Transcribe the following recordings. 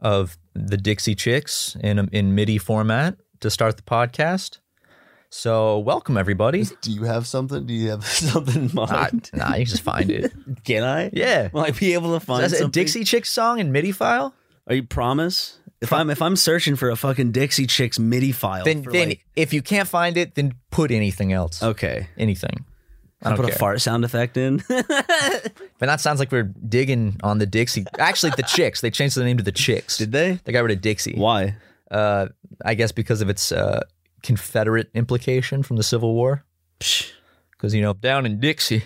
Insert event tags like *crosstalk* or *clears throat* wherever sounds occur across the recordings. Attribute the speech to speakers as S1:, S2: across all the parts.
S1: of the Dixie Chicks in in MIDI format to start the podcast. So, welcome everybody.
S2: Do you have something? Do you have *laughs* something in
S1: Nah,
S2: mind?
S1: *laughs* nah, you can just find it.
S2: Can I?
S1: Yeah.
S2: Will I be able to *laughs* find
S1: That's a
S2: something? Oh,
S1: Dixie Chicks song in MIDI file?
S2: Are you promise? If I'm if I'm searching for a fucking Dixie Chicks MIDI file,
S1: Then,
S2: for
S1: then
S2: like-
S1: if you can't find it, then put anything else.
S2: okay,
S1: Anything. I
S2: I'll
S1: don't
S2: put
S1: care.
S2: a fart sound effect in. *laughs*
S1: But that sounds like we're digging on the Dixie. Actually, the Chicks. They changed the name to the Chicks.
S2: Did they?
S1: They got rid of Dixie.
S2: Why?
S1: Uh, I guess because of its uh, Confederate implication from the Civil War.
S2: Psh,
S1: Because you know, down in Dixie,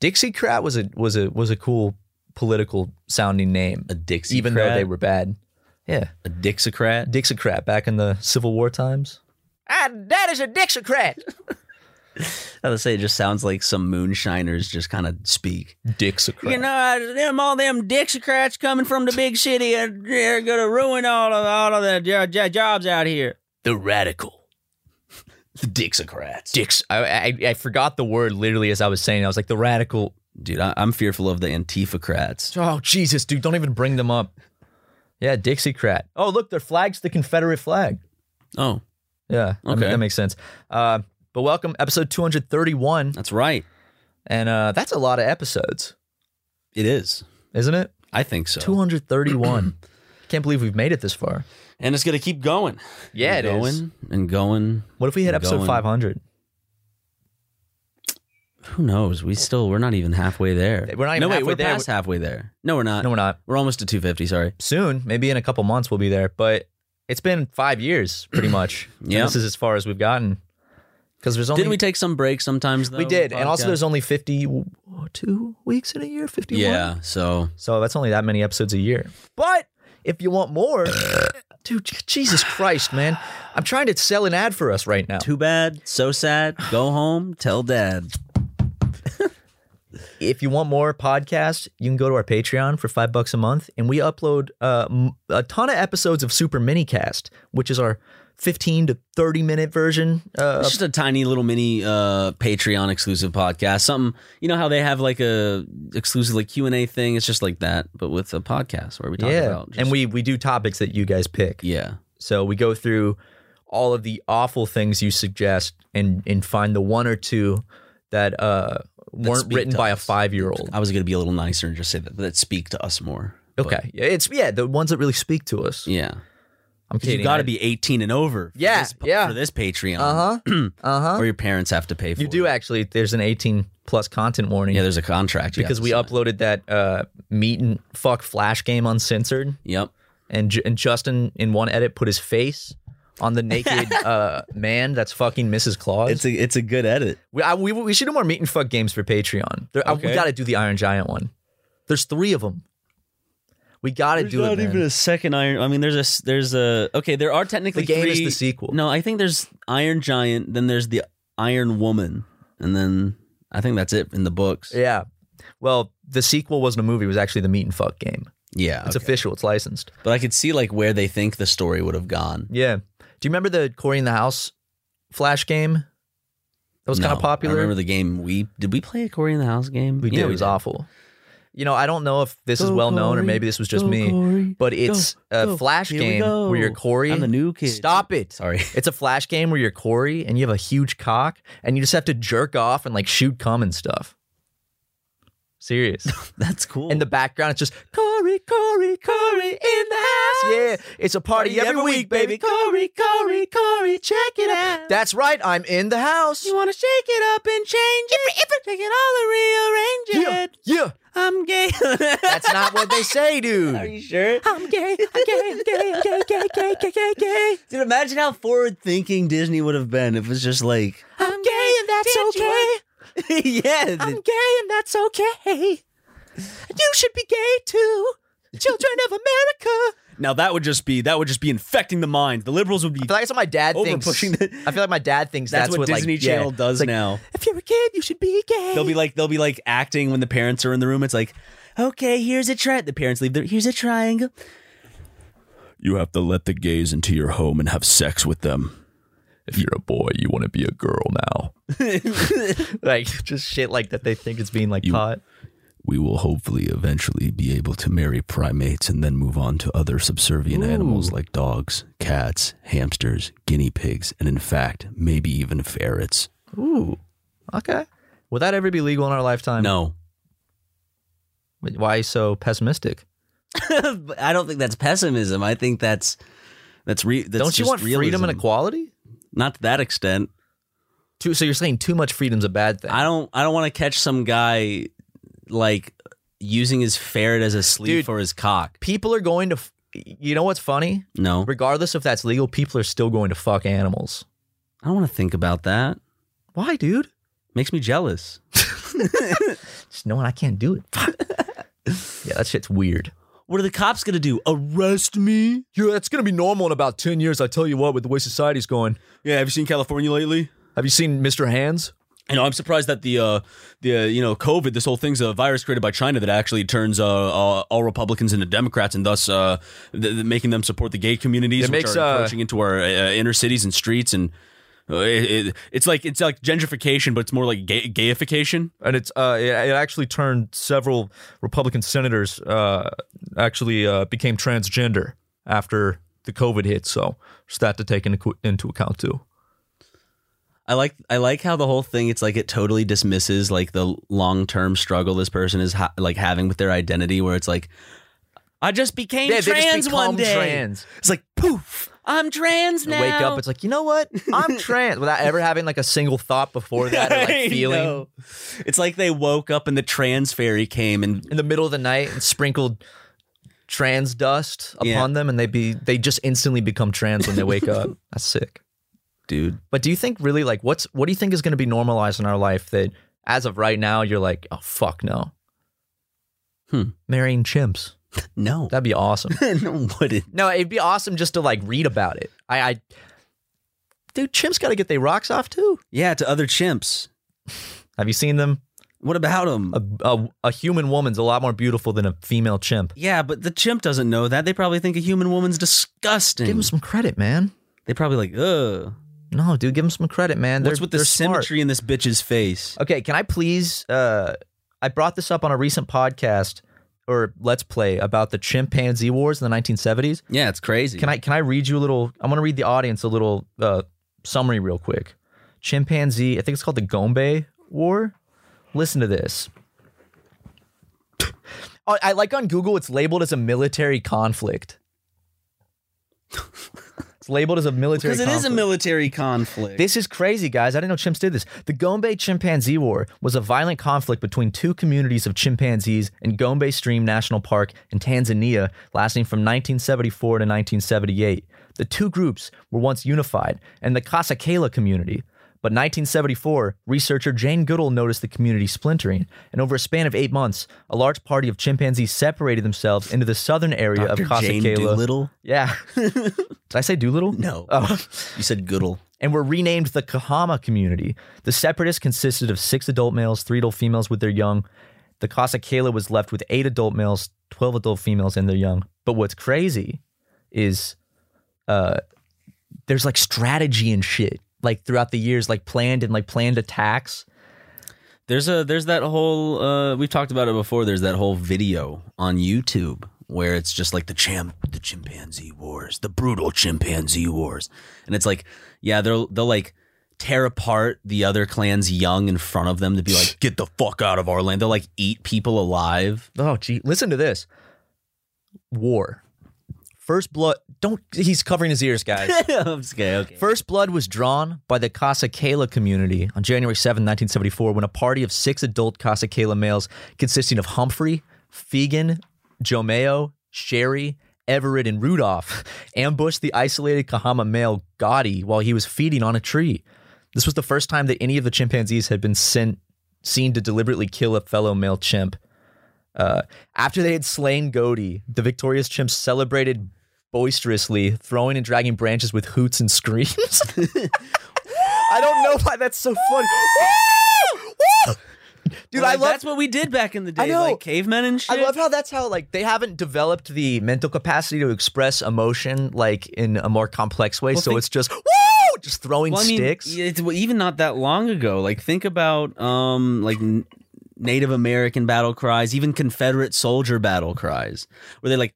S1: Dixiecrat was a was a was a cool political sounding name,
S2: a Dixie,
S1: even though they were bad. Yeah,
S2: a Dixocrat.
S1: Dixiecrat back in the Civil War times. Ah, that is a Dixiecrat.
S2: *laughs* I would say it just sounds like some moonshiners just kind of speak.
S1: Dixiecrat.
S2: You know, uh, them all them Dixocrats coming from the big city are they're gonna ruin all of all of the jo- jo- jobs out here.
S1: the radical
S2: The Dixocrats.
S1: Dix. I, I I forgot the word literally as I was saying. it. I was like the radical.
S2: Dude, I, I'm fearful of the Antifa-crats.
S1: Oh Jesus, dude! Don't even bring them up. Yeah, Dixiecrat. Oh look, their flag's the Confederate flag.
S2: Oh,
S1: Yeah, that ma-
S2: Okay.
S1: that makes sense. Uh, but welcome, episode 231,
S2: that's right.
S1: and uh, that's a lot of episodes,
S2: It is.
S1: isn't it?
S2: I think
S1: *clears throat*
S2: so.
S1: 231. Can't believe we've made it this far.
S2: And it's gonna keep going.
S1: Yeah,
S2: and
S1: it
S2: going
S1: is.
S2: and going.
S1: What if we hit
S2: We're
S1: episode
S2: going.
S1: 500?
S2: Who knows? We still we're not even halfway there.
S1: We're not even
S2: no, wait,
S1: halfway
S2: we're
S1: there.
S2: past halfway there. No, we're not.
S1: No, we're not.
S2: we're almost to 250. Sorry.
S1: Soon, maybe in a couple months, we'll be there. But it's been five years, pretty much. And
S2: *clears throat* Yeah.
S1: this is as far as we've gotten. Because there's only
S2: Did we take some breaks sometimes? Though,
S1: we did, and also
S2: podcast?
S1: there's only 52 weeks in a year. 51.
S2: yeah. So
S1: So that's only that many episodes a year. But if you want
S2: *laughs*
S1: more, dude, j- Jesus Christ, man. I'm trying to sell an ad for us right now.
S2: too bad. So sad. *sighs* Go home. Tell dad.
S1: If you want more podcasts, you can go to our Patreon for five bucks a month, and we upload uh, m- a ton of episodes of Super Minicast, which is our 15 to 30 minute version. Uh,
S2: It's just a tiny little mini uh, Patreon exclusive podcast. Something you know how they have like a exclusive like Q and A thing. It's just like that, but with a podcast where we talk
S1: yeah,
S2: about. Just,
S1: and we we do topics that you guys pick.
S2: yeah.
S1: So we go through all of the awful things you suggest, and and find the one or two that uh, weren't
S2: speak
S1: written
S2: to
S1: by a
S2: us.
S1: five year old.
S2: I was gonna be a little nicer and just say that, that speak to us more. but-
S1: Okay, yeah, it's yeah the ones that really speak to us.
S2: yeah.
S1: I'm
S2: Because
S1: kidding.
S2: you got to be 18 and over. For
S1: Yeah,
S2: this,
S1: yeah.
S2: For this Patreon.
S1: Uh huh.
S2: *clears throat*
S1: uh huh.
S2: Or your parents have to pay for
S1: You
S2: it.
S1: do actually. There's an 18 plus content warning.
S2: Yeah, there's a contract. you
S1: because
S2: have
S1: we
S2: to sign.
S1: uploaded that uh, meet and fuck flash game uncensored,
S2: Yep.
S1: and J- and Justin in one edit put his face on the
S2: *laughs*
S1: naked uh, man that's fucking Mrs. Claus.
S2: It's a it's a good edit.
S1: we, I, we we should do more meet and fuck games for Patreon. There, I- we
S2: Okay.
S1: got to do the Iron Giant one. There's three of them. We got to do it. man.
S2: a second Iron. I mean, there's a s- there's a okay. There are technically
S1: the game is
S2: three-
S1: the sequel.
S2: No, I think there's Iron Giant. Then there's the Iron Woman, and then I think that's it in the books.
S1: Yeah. Well, the sequel wasn't a movie. It was actually the meet and fuck game.
S2: yeah.
S1: It's
S2: okay.
S1: official. It's licensed.
S2: but I could see like where they think the story would have gone.
S1: Yeah. Do you remember the Corey in the House Flash game that was kind
S2: No,
S1: of popular?
S2: I remember the game we did. We play a Corey in the House game.
S1: we did.
S2: Yeah,
S1: it was awful. You know, I don't know if this is
S2: Go,
S1: well known or
S2: Corey.
S1: maybe this was just
S2: Go,
S1: me,
S2: Corey.
S1: but it's a
S2: go.
S1: Flash
S2: Here we
S1: game where you're
S2: go.
S1: Corey.
S2: I'm the new kid.
S1: Stop it.
S2: Sorry. *laughs*
S1: It's a Flash game where you're Corey and you have a huge cock and you just have to jerk off and like shoot cum and stuff.
S2: *laughs*
S1: Serious.
S2: That's cool.
S1: In the background, it's just Corey, Corey, Corey in the house. Yeah, it's a party, every, week, baby. Corey, Corey, Corey, check it out. That's right, I'm in the house.
S2: want to shake it up and change it, take it all and
S1: Yeah, yeah.
S2: I'm gay. *laughs*
S1: That's not what they say, dude.
S2: you sure?
S1: I'm gay, I'm gay, I'm gay, I'm gay, gay, gay, gay, gay, gay.
S2: Dude, imagine how forward thinking Disney would have been if it was just like,
S1: I'm gay and that's okay.
S2: *laughs* yeah,
S1: I'm gay and that's okay. You should be gay too. Children of America.
S2: Now that would just be that would just be infecting the minds. The liberals would be.
S1: I feel like that's what my dad
S2: Over
S1: thinks.
S2: pushing the-
S1: I feel like my dad thinks
S2: that's,
S1: that's,
S2: what, Disney
S1: like, yeah,
S2: Channel does
S1: it's like,
S2: now.
S1: If you're a kid, you should be gay.
S2: They'll be like they'll be like acting when the parents are in the room. It's like, okay, here's a tri. The parents leave. Their, here's a triangle. You have to let the gays into your home and have sex with them.
S1: if you're a boy, you want to be a girl now. *laughs* like just shit like that. They think it's being like taught.
S3: we will hopefully eventually be able to marry primates and then move on to other subservient animals like dogs, cats, hamsters, guinea pigs, and in fact, maybe even ferrets.
S1: Ooh. Okay. Will that ever be legal in our lifetime?
S2: No, *laughs*
S1: Why so pessimistic?
S2: I don't think that's pessimism. I think that's that's re. That's
S1: Don't you
S2: just
S1: want freedom
S2: realism.
S1: and equality?
S2: Not to that extent.
S1: Too, so you're saying too much freedom's a bad thing?
S2: I don't. I don't want to catch some guy like using his ferret as a sleeve
S1: Dude.
S2: for his cock.
S1: People are going to. f- You know what's funny?
S2: No,
S1: Regardless if that's legal, people are still going to fuck animals.
S2: I don't want to think about that.
S1: Why, dude?
S2: Makes me jealous.
S1: Just knowing I can't do
S2: *laughs*
S1: it. yeah, that shit's weird.
S2: What are the cops gonna do? Arrest me?
S1: Yeah, that's gonna be normal in about ten years. I tell you what, with the way society's going.
S2: Yeah. Have you seen California lately?
S1: Have you seen Mr. Hands?
S2: You know, I'm surprised that the uh, the uh, you know COVID, this whole thing's a virus created by China that actually turns uh, uh, all Republicans into Democrats and thus uh, th- th- making them support the gay communities,
S1: It
S2: which
S1: makes,
S2: are
S1: uh,
S2: encroaching into our uh, inner cities and streets and. uh, It, it, it's like it's like gentrification, but it's more like gay, gayification.
S1: and it's uh, it, it actually turned several Republican senators uh, actually uh, became transgender after the COVID hit. So just that to take into into account too.
S2: I like I like how the whole thing it's like it totally dismisses like the long term struggle this person is ha- like having with their identity where it's like I just became trans one day. It's like poof, I'm trans
S1: And
S2: now.
S1: wake up, it's like you know what? I'm trans without ever having like a single thought before that, or,
S2: I *laughs*
S1: like feeling
S2: know. It's like they woke up and the trans fairy came and
S1: in the middle of the night and sprinkled trans dust upon
S2: Yeah.
S1: them, and they be they just instantly become trans when they wake
S2: *laughs*
S1: up. That's sick.
S2: dude,
S1: But do you think really like what's what do you think is going to be normalized in our life that as of right now you're like oh fuck no,
S2: Hmm.
S1: marrying chimps
S2: no,
S1: that'd be
S2: *laughs*
S1: awesome.
S2: no,
S1: *laughs*
S2: wouldn't.
S1: no, it'd be awesome just to like read about it. I, I dude, chimps got to get their rocks off too.
S2: Yeah, to other chimps.
S1: Have you seen them?
S2: What about them?
S1: A, a, a human woman's a lot more beautiful than a female chimp.
S2: yeah, but the chimp doesn't know that. They probably think a human woman's disgusting.
S1: Give them some credit, man.
S2: they probably like, ugh.
S1: No, dude, give them some credit, man.
S2: What's
S1: They're-
S2: with the
S1: they're smart.
S2: symmetry in this bitch's face?
S1: Okay, can I please? Uh, I brought this up on a recent podcast or Let's Play about the chimpanzee wars in the 1970s.
S2: Yeah, it's crazy.
S1: Can I can I read you a little? I want to read the audience a little uh, summary real quick. Chimpanzee, I think it's called the Gombe War. Listen to this. *laughs* Oh, I like on Google, it's labeled as a military conflict. *laughs* it's labeled as a military
S2: Because it
S1: conflict.
S2: is a military conflict.
S1: This is crazy, guys. I didn't know chimps did this. The Gombe Chimpanzee War was a violent conflict between two communities of chimpanzees in Gombe Stream National Park in Tanzania, lasting from 1974 to 1978. The two groups were once unified in the Kasakela community. But 1974, researcher Jane Goodall noticed the community splintering, and over a span of eight months, a large party of chimpanzees separated themselves into the southern area
S2: Dr.
S1: of
S2: Jane
S1: Kasakela.
S2: Doolittle?
S1: Yeah. *laughs* Did I say
S2: *laughs*
S1: Doolittle?
S2: No.
S1: Oh
S2: You said Goodle.
S1: and were renamed the Kahama community. The separatists consisted of six adult males, three adult females with their young. The Kasakela was left with eight adult males, 12 adult females, and their young. But what's crazy is uh, there's like strategy and shit. like throughout the years, like planned and like planned attacks.
S2: There's a there's that whole uh we've talked about it before. There's that whole video on YouTube where it's just like the champ the chimpanzee wars, the brutal chimpanzee wars. And it's like, yeah, they'll they'll like tear apart the other clan's young in front of them to be
S1: *laughs*
S2: like, get the fuck out of our land. They'll like eat people alive. *laughs*
S1: Oh, gee, listen to this. War. First blood. Don't. He's covering his ears, guys.
S2: I'm just kidding, okay.
S1: First blood was drawn by the Kasakela community on January 7, 1974, when a party of six adult Kasakela males consisting of Humphrey, Fegan, Jomeo, Sherry, Everett, and Rudolph *laughs* ambushed the isolated Kahama male Gotti while he was feeding on a tree. This was the first time that any of the chimpanzees had been sent, seen to deliberately kill a fellow male chimp. Uh, after they had slain Goaty, the victorious chimps celebrated boisterously, throwing and dragging branches with hoots and
S2: *laughs*
S1: screams. I don't know why that's so funny. Dude,
S2: Well,
S1: I
S2: like,
S1: love
S2: that's what we did back in the
S1: I
S2: day,
S1: know.
S2: like cavemen and shit.
S1: I love how that's how like they haven't developed the mental capacity to express emotion like in a more complex way. so
S2: think-
S1: it's just woo, just throwing
S2: Well, I mean,
S1: sticks.
S2: It's well, even not that long ago. Like think about um like n- Native American battle cries, even Confederate soldier battle cries, where they're like,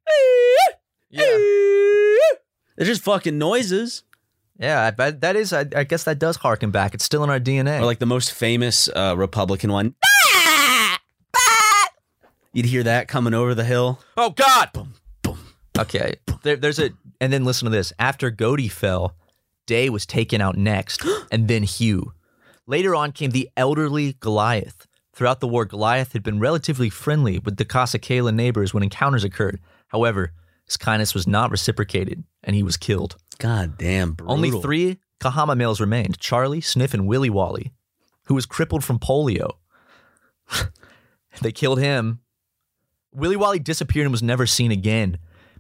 S2: *laughs* they're just fucking noises.
S1: yeah. I bet that is. I, I guess that does harken back. It's still in our DNA.
S2: Or like the most famous uh, Republican one. *laughs* You'd hear that coming over the hill.
S1: oh God. Okay. There, there's a and then listen to this. After Goaty fell, Day was taken out *gasps* next, and then Hugh. Later on came the elderly Goliath. Throughout the war, Goliath had been relatively friendly with the Kasakela neighbors when encounters occurred. However, his kindness was not reciprocated, and he was killed.
S2: God damn, brutal.
S1: Only three Kahama males remained Charlie, Sniff, and Willy Wally, who was crippled from polio. *laughs* they killed him. Willy Wally disappeared and was never seen again.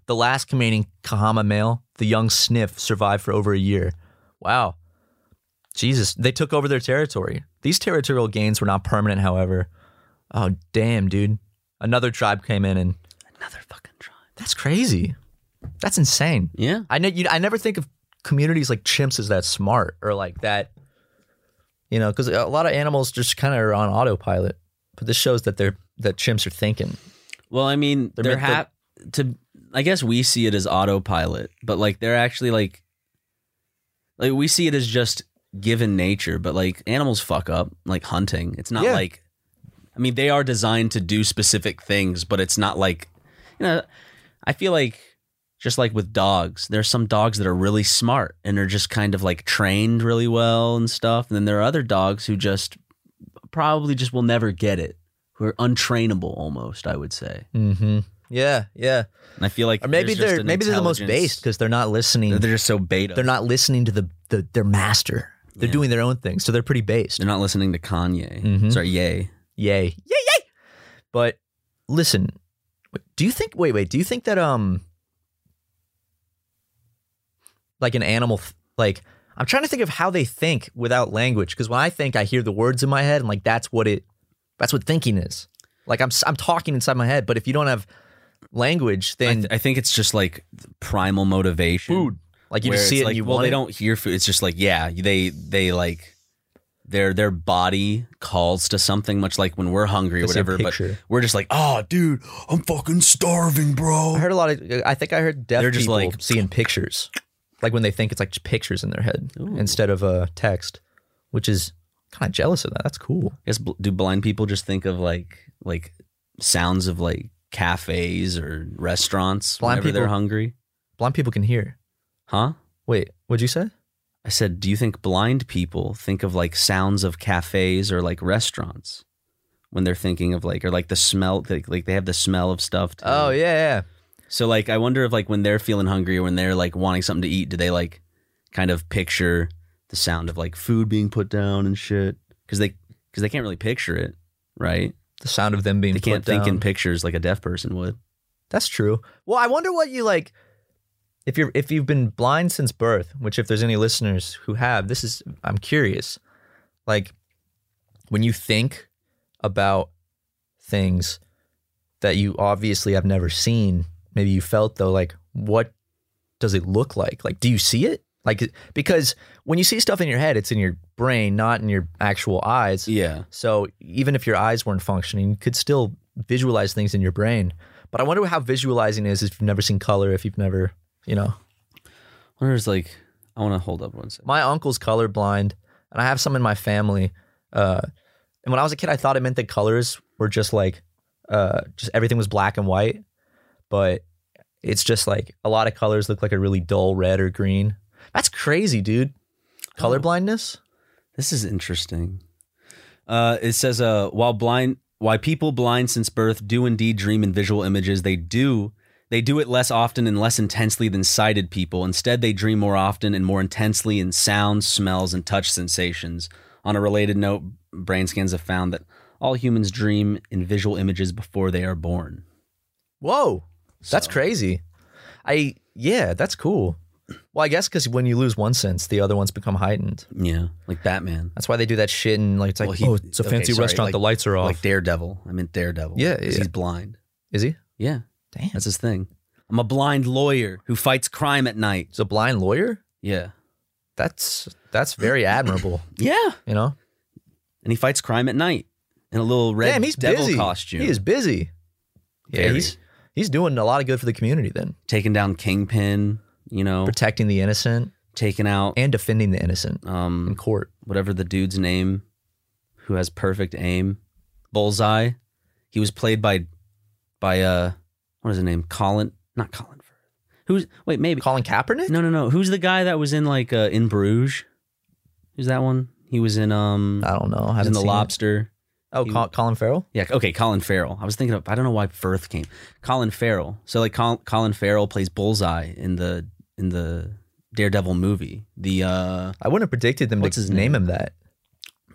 S1: The last remaining Kahama male, the young Sniff, survived for over a year. Wow. Jesus, they took over their territory. These territorial gains were not permanent, however. Oh, damn, dude. Another tribe came in, and
S2: Another fucking tribe.
S1: that's crazy. That's insane.
S2: Yeah.
S1: I ne- you, I never think of communities like chimps as that smart or like that, you know, because a lot of animals just kind of are on autopilot. But this shows that they're that chimps are thinking.
S2: Well, I mean,
S1: They're
S2: they're,
S1: meant
S2: hap- to. I guess we see it as autopilot, but like they're actually like, like we see it as just given nature. But like animals fuck up, like hunting. It's not
S1: Yeah.
S2: like, I mean, they are designed to do specific things, but it's not like, you know, I feel like just like with dogs, there's some dogs that are really smart and are just kind of like trained really well and stuff, and then there are other dogs who just probably just will never get it. Who are untrainable almost, I would say.
S1: Mm-hmm. Yeah, yeah.
S2: And I feel like
S1: Or maybe
S2: there's just
S1: they're
S2: an
S1: maybe they're the most
S2: intelligence-
S1: based because they're not listening.
S2: They're
S1: They're,
S2: just so beta.
S1: not listening to the, the their master. They're
S2: Yeah.
S1: doing their own thing, so they're pretty based.
S2: They're not listening to Kanye.
S1: Mhm.
S2: Sorry, yay.
S1: Yay, yay, yay! But listen, do you think? Wait, wait. Do you think that um, like an animal, th- like I'm trying to think of how they think without language. Because when I think, I hear the words in my head, and like that's what it, that's what thinking is. Like I'm s- I'm talking inside my head, but if you don't have language,
S2: I,
S1: then
S2: th- I think it's just like primal motivation.
S1: food. Like you
S2: where
S1: just see
S2: it's
S1: it,
S2: like,
S1: and you
S2: well,
S1: want
S2: they
S1: it.
S2: don't hear food. It's just like yeah, they they like their their body calls to something, much like when we're hungry or
S1: They see a
S2: whatever. But
S1: picture.
S2: we're just like, oh, dude, I'm fucking starving,
S1: I
S2: bro.
S1: heard a lot of. I think I heard deaf
S2: They're just
S1: people
S2: like-
S1: seeing pictures, like when they think it's like just pictures in their head
S2: Ooh.
S1: instead of uh, text, which is kind of jealous of that. That's cool.
S2: I guess bl- do blind people just think of like like sounds of like cafes or restaurants
S1: Blind
S2: whenever they're
S1: people-
S2: hungry,
S1: Blind people can hear.
S2: huh?
S1: Wait, what'd you say?
S2: I said, "Do you think blind people think of like sounds of cafes or like restaurants when they're thinking of like or like the smell like, like they have the smell of stuff?" too?
S1: Oh yeah, yeah.
S2: So like I wonder if like when they're feeling hungry or when they're like wanting something to eat, do they like kind of picture the sound of like food being put down and shit? Because they because they can't really picture it, right?
S1: The sound of them being
S2: They can't
S1: put
S2: think in
S1: down.
S2: pictures like a deaf person would.
S1: That's true. Well, I wonder what you like. If you're if you've been blind since birth, which if there's any listeners who have, this is I'm curious. Like when you think about things that you obviously have never seen, maybe you felt though, like what does it look like? Like, do you see it? Like because when you see stuff in your head, it's in your brain, not in your actual eyes.
S2: Yeah.
S1: So even if your eyes weren't functioning, you could still visualize things in your brain. But I wonder how visualizing is if you've never seen color, if you've never, you know.
S2: Or it's like I want to hold up one second.
S1: My uncle's colorblind, and I have some in my family. Uh, and when I was a kid, I thought it meant that colors were just like, uh, just everything was black and white. But it's just like a lot of colors look like a really dull red or green. That's crazy, dude. Color blindness?
S2: This is interesting. Uh, it says, uh, while blind, why people blind since birth do indeed dream in visual images, they do. They do it less often and less intensely than sighted people. Instead, they dream more often and more intensely in sounds, smells, and touch sensations. On a related note, brain scans have found that all humans dream in visual images before they are born.
S1: Whoa, that's crazy. I yeah, that's cool. Well, I guess because when you lose one sense, the other ones become heightened.
S2: Yeah, like Batman.
S1: That's why they do that shit and like it's like
S2: Well, he-
S1: oh, it's a
S2: okay,
S1: fancy
S2: sorry,
S1: restaurant,
S2: like-
S1: the lights are off.
S2: Like Daredevil. I meant Daredevil.
S1: Yeah,
S2: 'cause
S1: yeah.
S2: He's blind.
S1: Is he?
S2: Yeah,
S1: Damn,
S2: that's
S1: *laughs*
S2: his thing. I'm a blind lawyer who fights crime at night.
S1: he's a blind lawyer.
S2: Yeah.
S1: That's that's very admirable.
S2: Yeah.
S1: You know,
S2: And he fights crime at night in a little *laughs* red
S1: damn, he's
S2: devil
S1: busy.
S2: costume.
S1: He is busy. Yeah,
S2: Very.
S1: he's he's doing a lot of good for the community. Then
S2: taking down Kingpin, you know,
S1: protecting the innocent
S2: taking out
S1: and defending the innocent in
S2: um
S1: court.
S2: whatever the dude's name who has perfect aim, Bullseye. He was played by by uh what is his name? Colin, not Colin Firth. Who's wait, maybe
S1: Colin Kaepernick.
S2: No, no, no. Who's the guy that was in like uh, in Bruges? Who's that one? He was in um
S1: I don't know. I
S2: he was in
S1: Uh, haven't
S2: the
S1: seen it.
S2: Lobster.
S1: Oh,
S2: He-
S1: Col- Colin Farrell.
S2: Yeah, okay, Colin Farrell. I was thinking of I don't know why Firth came. Colin Farrell. So like Col- Colin Farrell plays Bullseye in the in the Daredevil movie. The uh
S1: I wouldn't have predicted them
S2: What's
S1: to
S2: his
S1: name him that.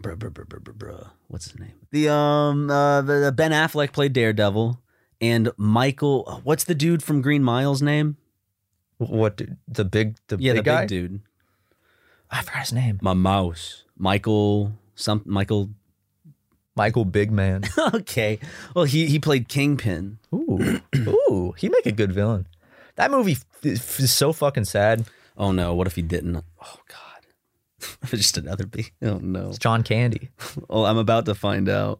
S2: bruh, bruh, bruh, bruh, bruh, bruh. what's his name? The um uh the, the Ben Affleck played Daredevil and Michael uh, what's the dude from Green Mile's name?
S1: What dude? the big the
S2: yeah,
S1: big
S2: the
S1: guy?
S2: big dude.
S1: I forgot his name.
S2: My mouse. Michael some Michael *laughs*
S1: Michael Big *laughs* Man.
S2: okay. Well, he he played Kingpin.
S1: Ooh, ooh, he'd make a good villain. That movie f- f- is so fucking sad.
S2: Oh no, what if he didn't? Oh god. *laughs* Just another B. Oh no.
S1: It's John Candy.
S2: Well, Oh, I'm about to find out.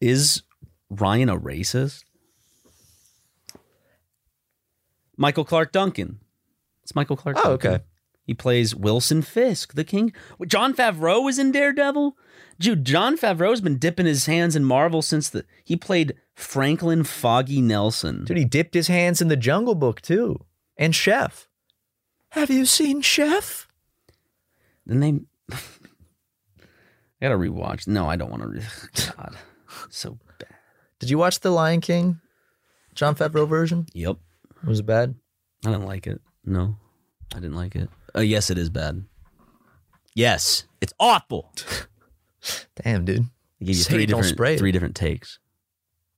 S2: Is Ryan a racist? Michael Clark Duncan. It's Michael Clark.
S1: Oh,
S2: Duncan.
S1: okay.
S2: He plays Wilson Fisk, the king. John Favreau was in Daredevil. Dude, John Favreau's been dipping his hands in Marvel since the he played Franklin Foggy Nelson.
S1: Dude, he dipped his hands in the Jungle Book too, and Chef. Have you seen Chef?
S2: Then they. *laughs* I gotta rewatch. No, I don't want to. Re- *laughs* God, so bad.
S1: Did you watch the Lion King, John Favreau version?
S2: Yep,
S1: Was it bad?
S2: I didn't like it. No, I didn't like it. Uh, yes, it is bad. Yes, it's awful.
S1: Damn, dude.
S2: I give you
S1: Say
S2: three
S1: it, don't
S2: different
S1: spray it.
S2: three different takes.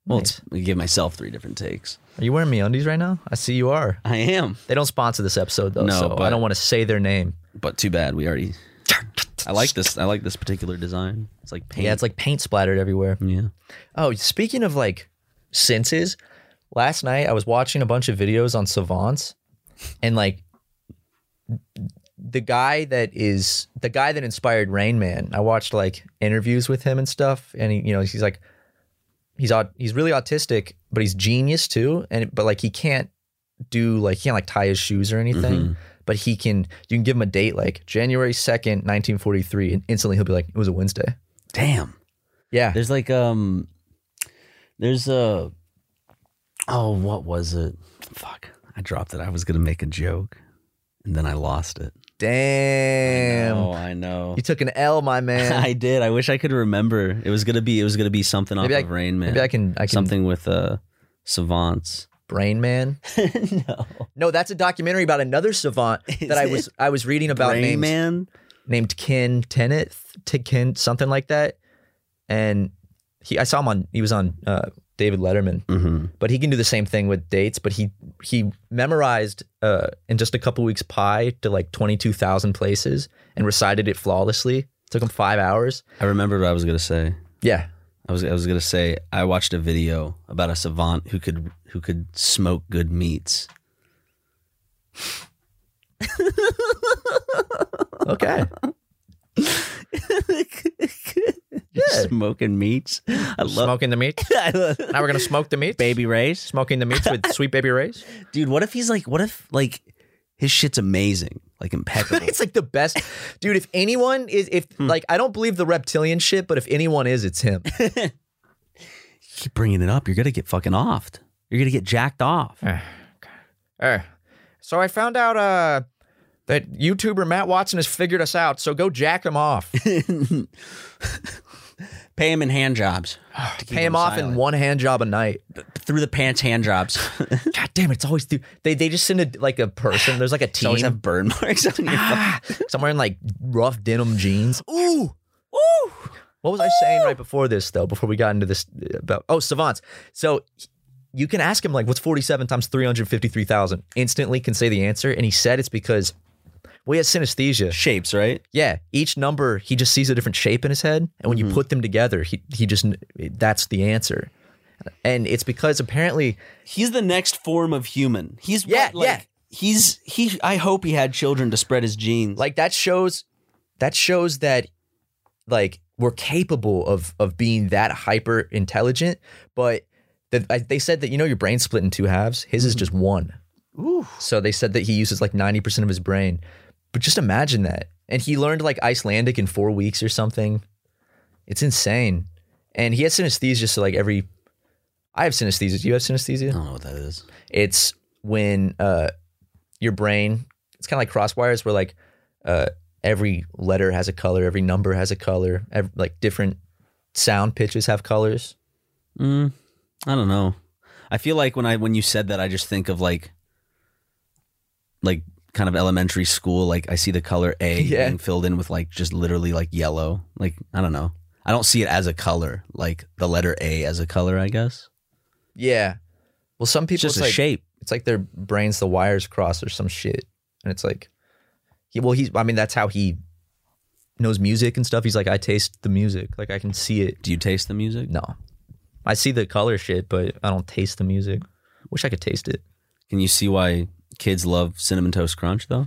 S2: Well,
S1: Nice.
S2: it's, I give myself three different takes.
S1: Are you wearing me undies right now? I see you are.
S2: I am,
S1: They don't sponsor this episode though,
S2: No,
S1: so
S2: but-
S1: I don't want to say their name.
S2: but too bad we already. I like this. I like this particular design. It's like paint.
S1: Yeah, it's like paint splattered everywhere.
S2: yeah.
S1: Oh, speaking of like senses, last night I was watching a bunch of videos on savants and like the guy that is the guy that inspired Rain Man. I watched like interviews with him and stuff and he, you know, he's like he's aut- he's really autistic, but he's genius too and but like he can't do like he can't like tie his shoes or anything. But he can, you can give him a date like January 2nd, 1943, and instantly he'll be like, it was a Wednesday.
S2: Damn.
S1: Yeah.
S2: There's like um there's a oh what was it? Fuck. I dropped it. I was gonna make a joke and then I lost it.
S1: Damn.
S2: Oh, I know.
S1: You took an L, my man.
S2: *laughs* I did. I wish I could remember. It was gonna be it was gonna be something
S1: Maybe
S2: off
S1: I-
S2: of Rain Man.
S1: Maybe I can. I can.
S2: something with uh savants.
S1: Brain Man.
S2: *laughs* no.
S1: No, that's a documentary about another savant
S2: *laughs* Is
S1: that I
S2: it?
S1: was I was reading about
S2: Rain
S1: names
S2: Man.
S1: named Ken Tennant, to Ken something like that, and he I saw him on he was on uh, David Letterman,
S2: Mm-hmm.
S1: but he can do the same thing with dates. But he he memorized uh, in just a couple weeks pi to like twenty two thousand places and recited it flawlessly. Took him five hours.
S2: I remembered what I was gonna say.
S1: Yeah,
S2: *laughs* I was I was gonna say I watched a video about a savant who could who could smoke good meats.
S1: Okay. Good.
S2: *laughs* Smoking meats. I love. *laughs*
S1: Smoking the meat.
S2: I love-
S1: Now we're gonna smoke the meat.
S2: baby rays.
S1: Smoking the meats *laughs* with sweet baby Ray's.
S2: Dude, what if he's like? What if like his shit's amazing, like impeccable?
S1: it's like the best, dude. If anyone is, if like, I don't believe the reptilian shit, but if anyone is, it's *laughs* him.
S2: *laughs* Keep bringing it up. You're gonna get fucking offed. You're gonna get jacked off.
S1: Uh, so I found out uh, that YouTuber Matt Watson has figured us out. So go jack him *laughs* off,
S2: Pay him in hand *sighs* jobs.
S1: pay him off in one hand job a night.
S2: through the pants hand *laughs* jobs.
S1: *laughs* God damn, it, it's always th- they they just send a like a person. There's like a
S2: You
S1: team
S2: always have burn marks on your.
S1: *laughs* Ah, somewhere in like rough denim jeans.
S2: Ooh, ooh.
S1: What was I saying right before this though? Before we got into this uh, about oh savants. So you can ask him like, "What's forty-seven times three hundred fifty-three thousand? Instantly can say the answer, and he said it's because well, he has synesthesia.
S2: Shapes, right?
S1: Yeah, each number he just sees a different shape in his head, and when you put them together, he he just kn- that's the answer. And it's because apparently,
S2: He's the next form of human. He's
S1: Yeah,
S2: what, like,
S1: yeah.
S2: He's he. I hope he had children to spread his genes.
S1: like that shows that shows that like we're capable of of being that hyper intelligent, but that I- they said that you know your brain's split in two halves. His is just one.
S2: Ooh.
S1: So they said that he uses like ninety percent of his brain. But just imagine that. And he learned like Icelandic in four weeks or something. It's insane. And he has synesthesia. So like every, I have synesthesia. Do you have synesthesia?
S2: I don't know what that is.
S1: It's when uh, your brain, it's kind of like crosswires where like uh, every letter has a color, every number has a color, ev- like different sound pitches have colors.
S2: Mm, I don't know. I feel like when I when you said that, I just think of like, like kind of elementary school. Like I see the color A
S1: Yeah.
S2: being filled in with like just literally like yellow. Like I don't know. I don't see it as a color. Like the letter A as a color. I guess
S1: Yeah. Well, some people
S2: it's just
S1: it's
S2: a
S1: like,
S2: shape.
S1: it's like their brains the wires cross or some shit and it's like he well he's i mean that's how he knows music and stuff he's like i taste the music like i can see it
S2: Do you taste the music?
S1: no i see the color shit but i don't taste the music wish i could taste it
S2: Can you see why kids love cinnamon toast crunch though?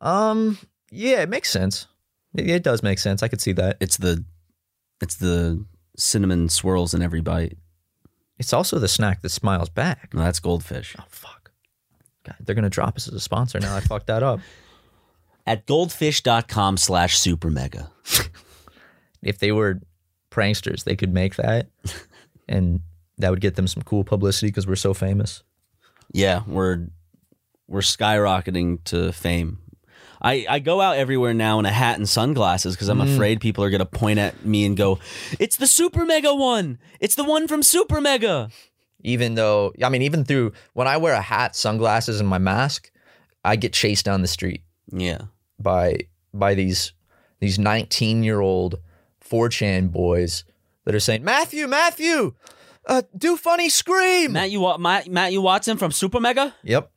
S1: um yeah it makes sense it, it does make sense i could see that
S2: It's the it's the cinnamon swirls in every bite.
S1: it's also the snack that smiles back
S2: No, that's goldfish.
S1: oh fuck god they're gonna drop us as a sponsor now i fucked that up
S2: At goldfish.com slash super mega.
S1: if they were pranksters, they could make that, and that would get them some cool publicity because we're so famous.
S2: yeah we're we're skyrocketing to fame I, I go out everywhere now in a hat and sunglasses because I'm afraid people are going to point at me and go, It's the Super Mega one. It's the one from Super Mega.
S1: Even though, I mean, even through when I wear a hat, sunglasses, and my mask, I get chased down the street
S2: Yeah.
S1: by by these these nineteen year old 4chan boys that are saying, Matthew, Matthew, uh, do funny scream.
S2: Matt, you, Wa- Matt, Matt you Watson from Super Mega?
S1: Yep.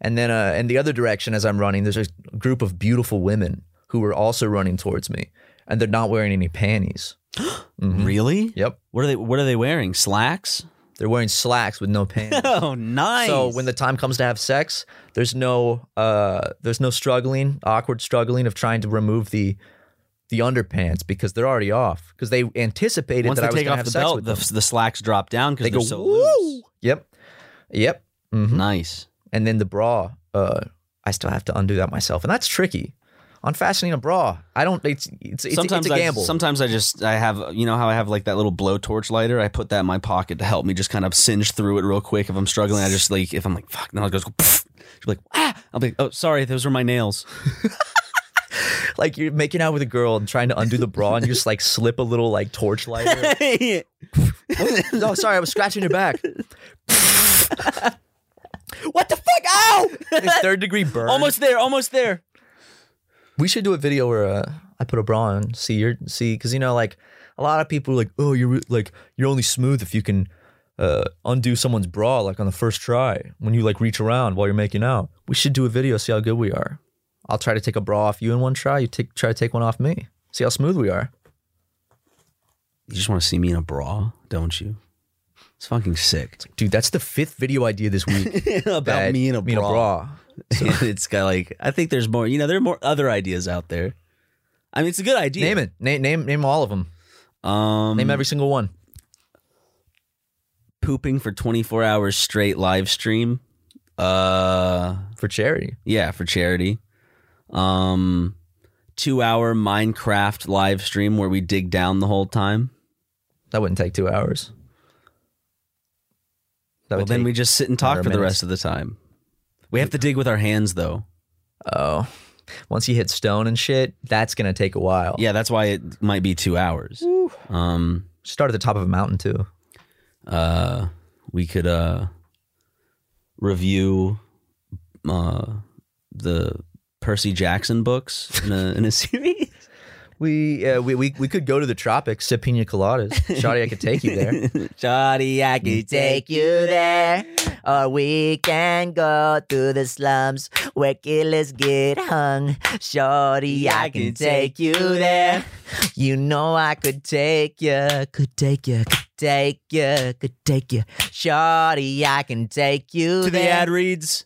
S1: And then uh, in the other direction, as I'm running, there's a group of beautiful women who are also running towards me, and they're not wearing any panties.
S2: Mm-hmm.
S1: Mhm.
S2: Really?
S1: Yep.
S2: What are they What are they wearing? Slacks?
S1: They're wearing slacks with no pants.
S2: *laughs* Oh, nice.
S1: So when the time comes to have sex, there's no uh, there's no struggling, awkward struggling of trying to remove the the underpants because they're already off because they anticipated
S2: once
S1: that I
S2: they
S1: was
S2: take
S1: going to
S2: off
S1: have
S2: the
S1: sex
S2: belt,
S1: with
S2: the,
S1: them.
S2: the slacks drop down because
S1: They
S2: they're
S1: go
S2: so
S1: woo.
S2: loose.
S1: Yep, yep. Mhm.
S2: Nice.
S1: and then the bra uh i still have to undo that myself and that's tricky on fastening a bra i don't it's it's, it's,
S2: sometimes
S1: it's a gamble
S2: I, sometimes I just I have you know how I have like that little blowtorch lighter. I put that in my pocket to help me just kind of singe through it real quick. If I'm struggling, I just like if I'm like fuck, no, it goes. Pff, she's like ah, I'll be like, oh sorry, those were my
S1: *laughs*
S2: nails.
S1: like you're making out with a girl and trying to undo the bra and you just like slip a little like torch
S2: *laughs*
S1: lighter oh sorry i was scratching your back
S2: what the fuck? *laughs* Ow!
S1: It's *laughs* third degree burn
S2: almost there, almost there.
S1: we should do a video where uh, i put a bra on see your see because you know like a lot of people are like oh you're re- like you're only smooth if you can uh, undo someone's bra like on the first try when you like reach around while you're making out we should do a video see how good we are i'll try to take a bra off you in one try you take, try to take one off me see how smooth we are
S2: You just want to see me in a bra, don't you? It's fucking
S1: *laughs*
S2: sick.
S1: Dude, that's the fifth video idea this week.
S2: *laughs* About
S1: that-
S2: me in a
S1: me in a
S2: bra.
S1: bra. *laughs*
S2: it's got like I think there's more. You know, there are more other ideas out there. I mean, it's a good idea.
S1: Name it. Name, name name all of them.
S2: Um,
S1: Name every single one.
S2: pooping for 24 hours straight live stream. Uh,
S1: For charity.
S2: yeah, for charity. Um, two hour Minecraft live stream where we dig down the whole time.
S1: That wouldn't take two hours. That
S2: Well,
S1: would
S2: then
S1: take-
S2: we just sit and talk
S1: another
S2: for the
S1: minute.
S2: rest of the time. We have to dig with our hands though.
S1: Oh. Once you hit stone and shit, that's gonna take a while.
S2: Yeah, that's why it might be two hours. Um,
S1: Start at the top of a mountain too.
S2: uh, we could uh, review uh, the Percy Jackson books in a, *laughs* in a series.
S1: We, uh, we we we could go to the tropics, sip pina *laughs* coladas. Shawty, I could take you there. *laughs*
S2: *laughs* Johnny, I could take you there.
S4: Or we can go to the slums where killers get hung. Shorty, I can take you there. You know I could take ya, could take ya, could take ya, could take ya. Shorty, I can take you
S2: To the
S4: there.
S2: ad reads.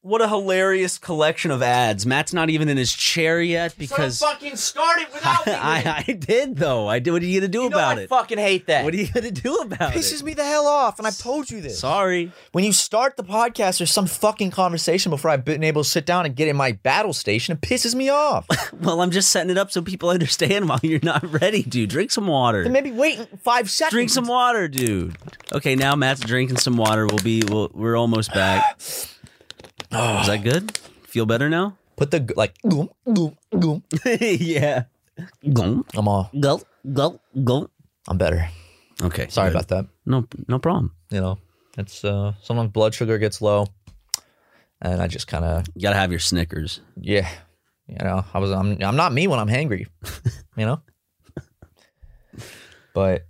S2: What a hilarious collection of ads. Matt's not even in his chair yet because
S5: fucking started without me.
S2: *laughs* I, I, I did though. I did. What are you gonna do
S5: you know
S2: about
S5: I
S2: it?
S5: fucking hate that.
S2: What are you gonna do about
S5: pisses
S2: it?
S5: me the hell off, and I've told you this.
S2: Sorry.
S5: When you start the podcast,
S1: There's some fucking conversation before I've been able to sit down and get in my battle station. It pisses me off. *laughs*
S2: Well, I'm just setting it up so people *laughs* understand why you're not ready, dude. Drink some water.
S5: maybe wait five seconds.
S2: Drink some water, dude. Okay, now Matt's drinking some water. We'll be we'll, we're almost back. Is that good? Feel
S1: *laughs*
S2: better now?
S1: Put the like, goom, goom, goom.
S2: yeah. Gulp,
S1: I'm all.
S2: gulp, gulp, gulp.
S1: I'm better.
S2: Okay.
S1: Sorry
S2: good.
S1: about that.
S2: No no problem.
S1: You know, it's uh, sometimes blood sugar gets low, and I just kind of
S2: You gotta have your Snickers.
S1: yeah, you know, I was I'm I'm not me when I'm hangry, you
S2: *laughs*
S1: know. But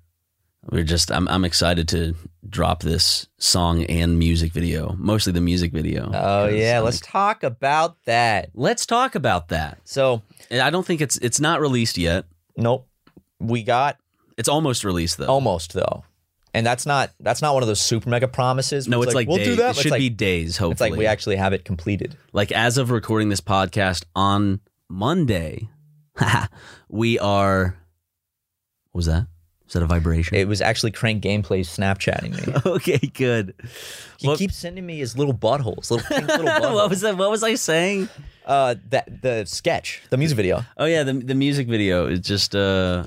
S2: We're just I'm I'm excited to drop this song and music video. Mostly the music video.
S1: oh
S2: 'Cause,
S1: yeah,
S2: like,
S1: let's talk about that.
S2: let's talk about that.
S1: So
S2: And I don't think it's it's not released yet.
S1: nope, we got
S2: It's almost released though.
S1: almost though, and that's not that's not one of those super mega promises. where
S2: no, it's like,
S1: we'll
S2: days.
S1: do that.
S2: It
S1: but it's
S2: should
S1: like-
S2: be days, hopefully.
S1: It's like we actually have it completed.
S2: like as of recording this podcast on Monday, *laughs* we are. What was that? Is that a vibration?
S1: It was actually Crank Gameplay Snapchatting me.
S2: *laughs* okay, good.
S1: He
S2: What-
S1: keeps sending me his little buttholes, little pink little
S2: *laughs* what
S1: buttholes.
S2: was that? What was *laughs* I saying?
S1: uh, that the sketch, the music video.
S2: Oh yeah, the the music video. It just uh,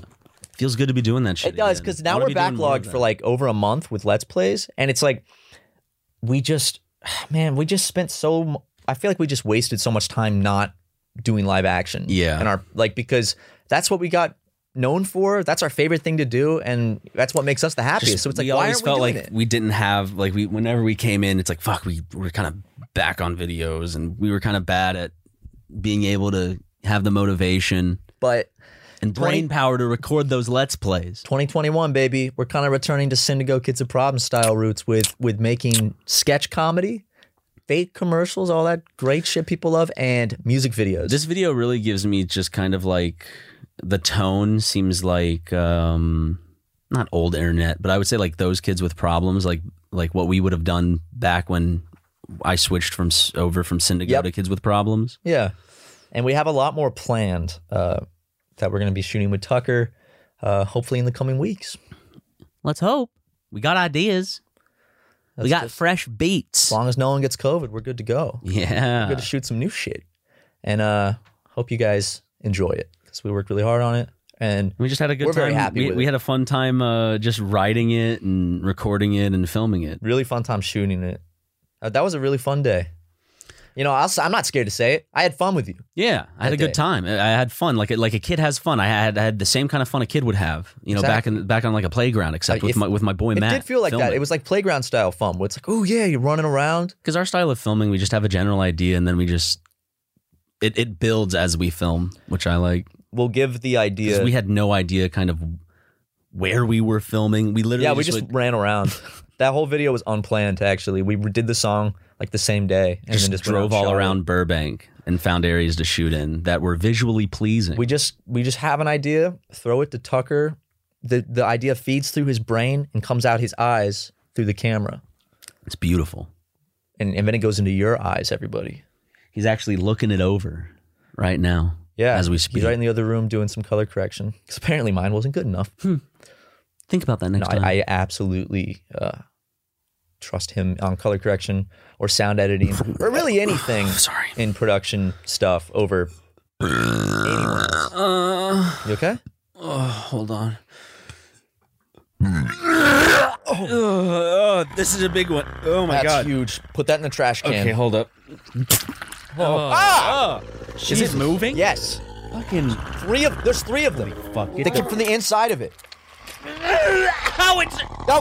S2: feels good to be doing that shit.
S1: It does
S2: again.
S1: because
S2: I
S1: now
S2: wanna
S1: we're
S2: be doing more of
S1: backlogged for
S2: that.
S1: like over a month with Let's Plays, and it's like we just, *sighs* man, we just spent so. m- I feel like we just wasted so much time not doing live action.
S2: Yeah.
S1: and our like because that's what we got known for. That's our favorite thing to do, and that's what makes us the happiest. so it's like
S2: we
S1: why
S2: always
S1: aren't we
S2: felt
S1: doing
S2: like
S1: it?
S2: we didn't have like we whenever we came in, it's like fuck, we were kind of back on videos, and we were kind of bad at being able to have the motivation
S1: But
S2: and brain power to record those let's plays.
S1: 2021, baby, we're kind of returning to Syndigo Kids of Problem style roots with with making sketch comedy, fake commercials, all that great shit people love, and music videos.
S2: This video really gives me just kind of like the tone seems like um not old internet, but I would say like those kids with problems, like like what we would have done back when I switched from s- over from Syndigo
S1: Yep.
S2: to Kids with Problems.
S1: Yeah. And we have a lot more planned uh, that we're going to be shooting with Tucker, uh, hopefully in the coming weeks.
S2: Let's hope we got ideas. we
S1: That's
S2: got
S1: just-
S2: fresh beats.
S1: As long as no one gets COVID, we're good to go. We're
S2: yeah,
S1: good to shoot some new shit. And uh, hope you guys enjoy it because we worked really hard on it. And
S2: we just had a good
S1: We're
S2: time.
S1: very happy
S2: we,
S1: with
S2: we
S1: it.
S2: had a fun time uh, just writing it and recording it and filming it.
S1: really fun time shooting it. Uh, that was a really fun day. You know, I'll, s- I'm not scared to say it. I had fun with you.
S2: Yeah, I had
S1: that
S2: a good
S1: day.
S2: time. I I had fun, like a- like a kid has fun. I had I had the same kind of fun a kid would have, you know, back in back on like a playground, except
S1: Like,
S2: with
S1: if-
S2: my with my boy
S1: It
S2: Matt.
S1: did feel like that. It was like playground style fun. Where it's like, oh yeah, you're running around.
S2: because our style of filming, we just have a general idea, and then we just it, it builds as we film, which I like.
S1: We'll give the
S2: 'Cause
S1: idea.
S2: we had no idea kind of where we were filming. We literally
S1: yeah, we just
S2: would-
S1: ran around. *laughs* that whole video was unplanned. Actually, we did the song like the same day, and
S2: just
S1: then just went out
S2: drove
S1: and
S2: all
S1: shot it.
S2: around Burbank and found areas to shoot in that were visually pleasing.
S1: We just we just have an idea, throw it to Tucker. the The idea feeds through his brain and comes out his eyes, through the camera.
S2: It's beautiful.
S1: And, and then it goes into your eyes, everybody.
S2: He's actually looking it over right now.
S1: Yeah.
S2: As we speak.
S1: He's right in the other room doing some color correction. Because apparently mine wasn't good enough.
S2: Think about that
S1: No,
S2: next time.
S1: I, I absolutely uh, trust him on color correction or sound
S2: *laughs*
S1: editing or really anything
S2: *sighs* Sorry.
S1: in production stuff over anyone else. You okay?
S2: Oh, hold on. oh, this is a big one. Oh my
S1: That's
S2: god.
S1: huge. Put that in the trash can.
S2: Okay, hold up. Oh. Ah! Is it moving?
S5: Yes.
S2: Fucking
S5: Three of there's three of them.
S2: fuck.
S5: They came from the inside of it. Oh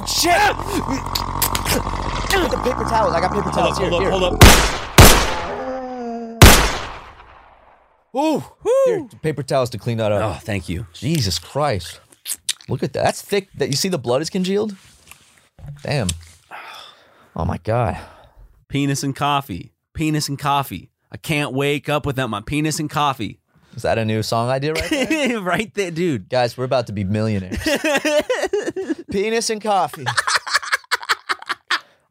S5: shit! Get the paper towels. I got paper towels here. here.
S2: up.
S5: Ooh.
S1: Here, paper towels to clean that up.
S2: Oh, thank you.
S1: Jesus Christ. Look at that. That's thick. That you see the blood is congealed? Damn. Oh my god.
S2: Penis and coffee. Penis and coffee. I can't wake up without my penis and coffee.
S1: Is that a new song idea right there?
S2: *laughs* right
S1: *laughs*
S2: there, dude.
S1: Guys, we're about to be millionaires.
S5: Penis and coffee.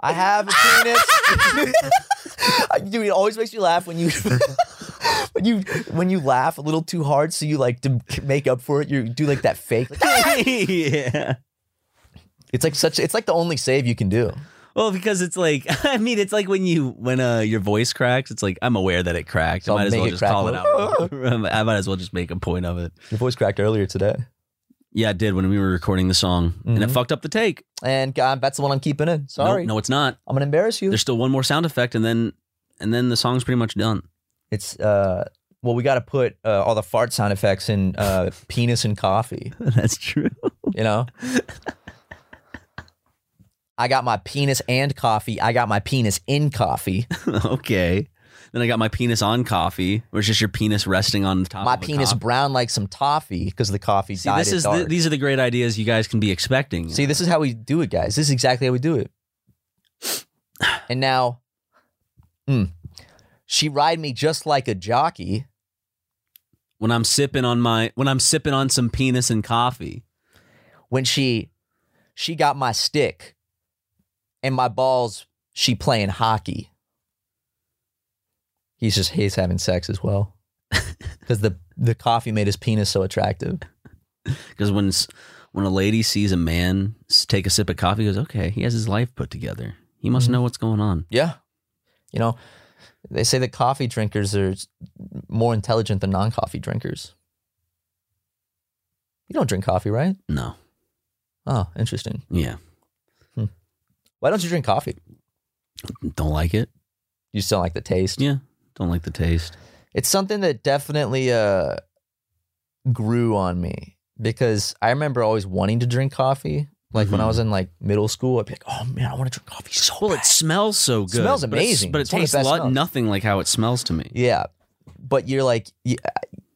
S5: I have a penis.
S1: I- *laughs* Dude, it always makes me laugh when you *laughs* when you when you laugh a little too hard, so you like to make up for it. You do like that fake.
S2: yeah.
S1: It's like such. It's like the only save you can do.
S2: Well, because it's like *laughs* I mean, it's like when you when uh your voice cracks, it's like I'm aware that it cracked.
S1: So
S2: I might as
S1: make
S2: well
S1: it
S2: just
S1: crack
S2: call it
S1: more.
S2: out. *laughs* I might as well just make a point of it.
S1: Your voice cracked earlier today,
S2: Yeah, it did when we were recording the song, and it
S1: Mhm.
S2: fucked up the take.
S1: and God, that's the one I'm keeping in.
S2: No,
S1: Sorry,
S2: no, it's not.
S1: I'm gonna embarrass you.
S2: There's still one more sound effect, and then and then the song's pretty
S1: *laughs*
S2: much done.
S1: It's uh, well, we got to put uh, all the fart sound effects in uh, penis and coffee.
S2: That's true.
S1: You know, I got my penis and coffee. I got my penis in coffee.
S2: *laughs* okay. Then I got my penis on coffee, which is your penis resting on the top.
S1: My
S2: of a
S1: penis
S2: coffee.
S1: brown like some toffee because the coffee
S2: See,
S1: dyed
S2: this
S1: it
S2: is
S1: dark.
S2: the, these are the great ideas you guys can be expecting.
S1: See, this is how we do it, guys. This is exactly how we do it. And now, mm, she ride me just like a jockey.
S2: when I'm sipping on my when I'm sipping on some penis and coffee.
S1: when she she got my stick and my balls she playing hockey he's just he's having sex as well because the the coffee made his penis so attractive
S2: Because when s- when a lady sees a man s- take a sip of coffee, goes, "Okay, he has his life put together. He must
S1: Mm-hmm.
S2: know what's going on."
S1: yeah you know they say that coffee drinkers are s- more intelligent than non-coffee drinkers you don't drink coffee right
S2: No,
S1: oh interesting
S2: yeah,
S1: why don't you drink coffee
S2: don't like it.
S1: you still like the taste
S2: Yeah, don't like the taste.
S1: it's something that definitely uh grew on me because I remember always wanting to drink coffee. Like when I was in like middle school, I'd be like, "Oh man, I want to drink coffee so
S2: Well,
S1: bad."
S2: it smells so good.
S1: smells
S2: but it's-
S1: amazing.
S2: but it
S1: It's one of the
S2: tastes
S1: best
S2: lo-
S1: smells.
S2: nothing like how it smells to me.
S1: Yeah, but you're like, you-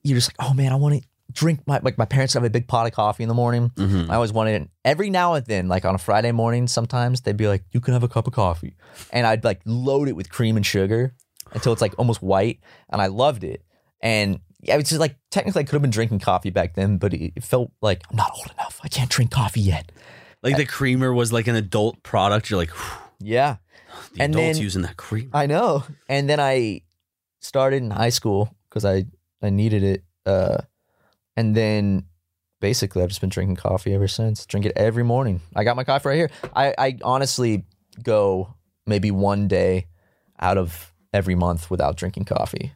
S1: you're just like, "Oh man, I want to drink my like my parents have a big pot of coffee in the morning."
S2: Mhm.
S1: I always wanted it. Every now and then, like on a Friday morning, sometimes they'd be like, "You can have a cup of coffee," and I'd like load it with cream and sugar until it's like almost white, and I loved it. And yeah, it's just like technically I could have been drinking coffee back then, but it, it felt like I'm not old enough. I can't drink coffee yet.
S2: Like the creamer was like an adult product. You're like, "Whew,
S1: Yeah,
S2: the
S1: And
S2: adults
S1: then-
S2: using that cream.
S1: I know. And then I started in high school because I I needed it, uh, and then basically I've just been drinking coffee ever since. Drink it every morning. I got my coffee right here. I I honestly go maybe one day out of every month without drinking coffee.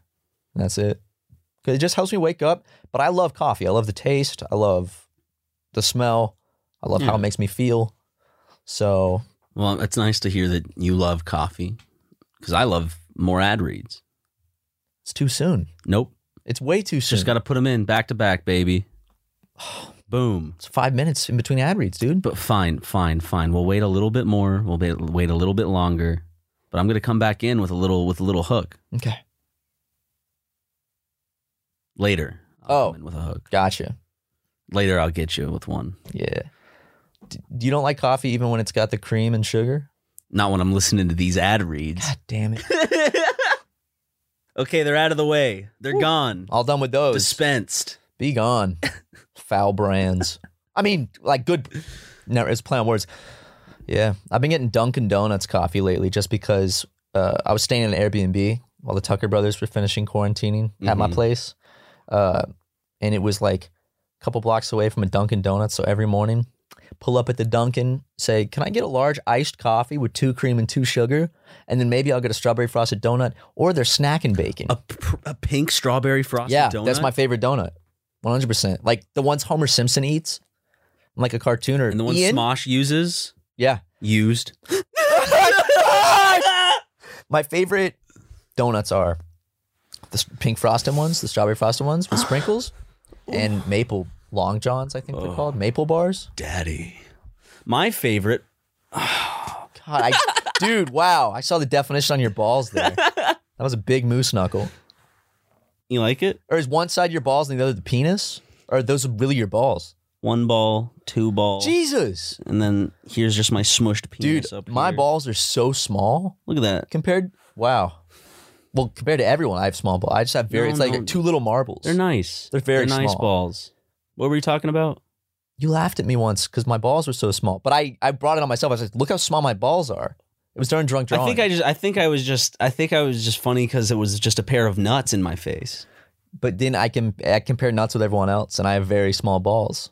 S1: And that's it. 'Cause it just helps me wake up. But I love coffee. I love the taste. I love the smell. I love how it makes me feel. So
S2: Well, it's nice to hear that you love coffee because I love more ad reads.
S1: it's too soon.
S2: Nope,
S1: It's way too soon.
S2: just got to put them in back to
S1: *sighs*
S2: back, baby. Boom.
S1: It's five minutes in between ad reads, dude.
S2: But fine, fine, fine. We'll wait a little bit more. We'll wait, wait a little bit longer. But I'm gonna come back in with a little with a little hook
S1: Okay.
S2: later. I'll
S1: Oh.
S2: come in with a hook
S1: Gotcha.
S2: later. I'll get you with one.
S1: Yeah. D- you don't like coffee even when it's got the cream and sugar?
S2: Not when I'm listening to these ad reads.
S1: God damn it.
S2: okay, they're out of the way. They're gone.
S1: All done with those.
S2: Dispensed.
S1: Be gone. Foul brands. I mean, like good. Never, it's play on words. Yeah, I've been getting Dunkin' Donuts coffee lately, just because uh, I was staying in an Airbnb while the Tucker brothers were finishing quarantining at my place, uh, and it was like a couple blocks away from a Dunkin' Donuts. So every morning, pull up at the Dunkin', say, "Can I get a large iced coffee with two cream and two sugar?" And then maybe I'll get a strawberry frosted donut or their snack and bacon.
S2: A, pr- a pink strawberry frosted
S1: yeah,
S2: donut.
S1: that's my favorite donut, one hundred percent. Like the ones Homer Simpson eats, like a cartoon or
S2: and the one
S1: Ian?
S2: Smosh uses
S1: Yeah,
S2: used.
S1: my favorite donuts are the s- pink frosted ones, the strawberry frosted ones with sprinkles, and maple long johns. I think they're called maple bars.
S2: Daddy. My favorite.
S1: God, I, dude, wow! I saw the definition on your balls there. That was a big moose knuckle.
S2: You like it?
S1: Or is one side your balls and the other the penis? Or are those really your balls?
S2: One ball, two ball,
S1: Jesus,
S2: and then here's just my smushed
S1: dude,
S2: penis up
S1: my
S2: here.
S1: balls are so small.
S2: Look at that.
S1: compared wow well compared to everyone i have small balls i just have very
S2: No,
S1: it's like
S2: no.
S1: two little marbles
S2: They're nice.
S1: They're very
S2: nice
S1: small.
S2: balls. What were you talking about?
S1: you laughed at me once because my balls were so small but i i brought it on myself i was like look how small my balls are it was during drunk drawing
S2: I think I just I think I was just I think I was just funny because it was just a pair of nuts in my face.
S1: but then i can i compare nuts with everyone else and i have very small balls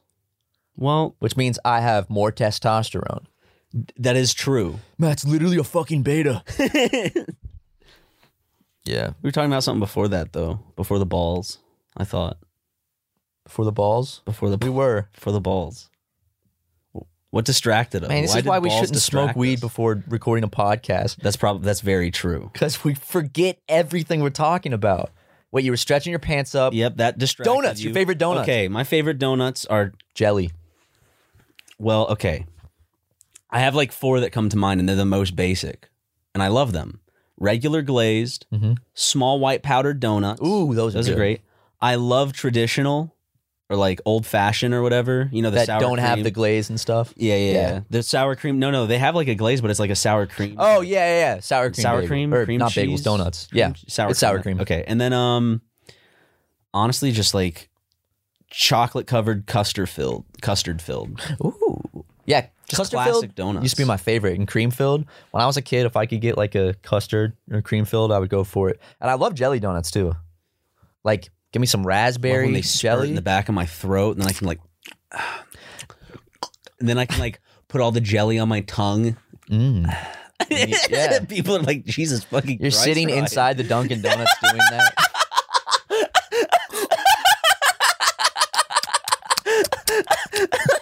S2: Well,
S1: which means i have more testosterone
S2: that is true.
S1: matt's literally a fucking
S2: *laughs*
S1: beta yeah
S2: We were talking about something before that though. Before the balls, I thought.
S1: for the balls
S2: Before the
S1: we were
S2: before the balls. What distracted us?
S1: man this is
S2: did
S1: why we
S2: balls
S1: shouldn't smoke
S2: distract
S1: weed
S2: us?
S1: before recording a podcast
S2: That's probably that's very true.
S1: because we forget everything we're talking about wait you were stretching your pants up
S2: Yep, that distracted
S1: Donuts,
S2: you.
S1: your favorite donut.
S2: Okay, my favorite donuts are
S1: jelly
S2: Well, okay. I have like four that come to mind, and they're the most basic, and I love them. Regular glazed,
S1: Mhm.
S2: small white powdered donuts.
S1: Ooh, those,
S2: those
S1: are,
S2: are
S1: good.
S2: great. I love traditional or like old fashioned or whatever. You know, the
S1: That
S2: sour
S1: don't have
S2: cream.
S1: the glaze and stuff.
S2: yeah, yeah, yeah,
S1: Yeah.
S2: The sour cream. No, no, they have like a glaze, but it's like a sour cream.
S1: Oh yeah, yeah, yeah. Sour cream,
S2: sour
S1: bagel.
S2: cream,
S1: or
S2: cream
S1: not
S2: cheese,
S1: bagels, donuts.
S2: cream
S1: yeah,
S2: che- sour
S1: it's sour cream.
S2: Okay, and then um, honestly, just like chocolate covered custard filled, custard filled.
S1: Ooh, yeah.
S2: Just
S1: custard
S2: classic
S1: filled
S2: donuts.
S1: used to be my favorite, and cream filled. When I was a kid, if I could get like a custard or cream filled, I would go for it. And I love jelly donuts too. Like, give me some
S2: Love
S1: raspberry
S2: when they spurt
S1: jelly.
S2: in the back of my throat, and then I can like, *sighs* and then I can like put all the jelly on my tongue.
S1: Mm. *laughs* Yeah.
S2: *laughs* people are like, Jesus fucking.
S1: You're
S2: Christ,
S1: sitting
S2: Ryan."
S1: inside the Dunkin' Donuts doing that.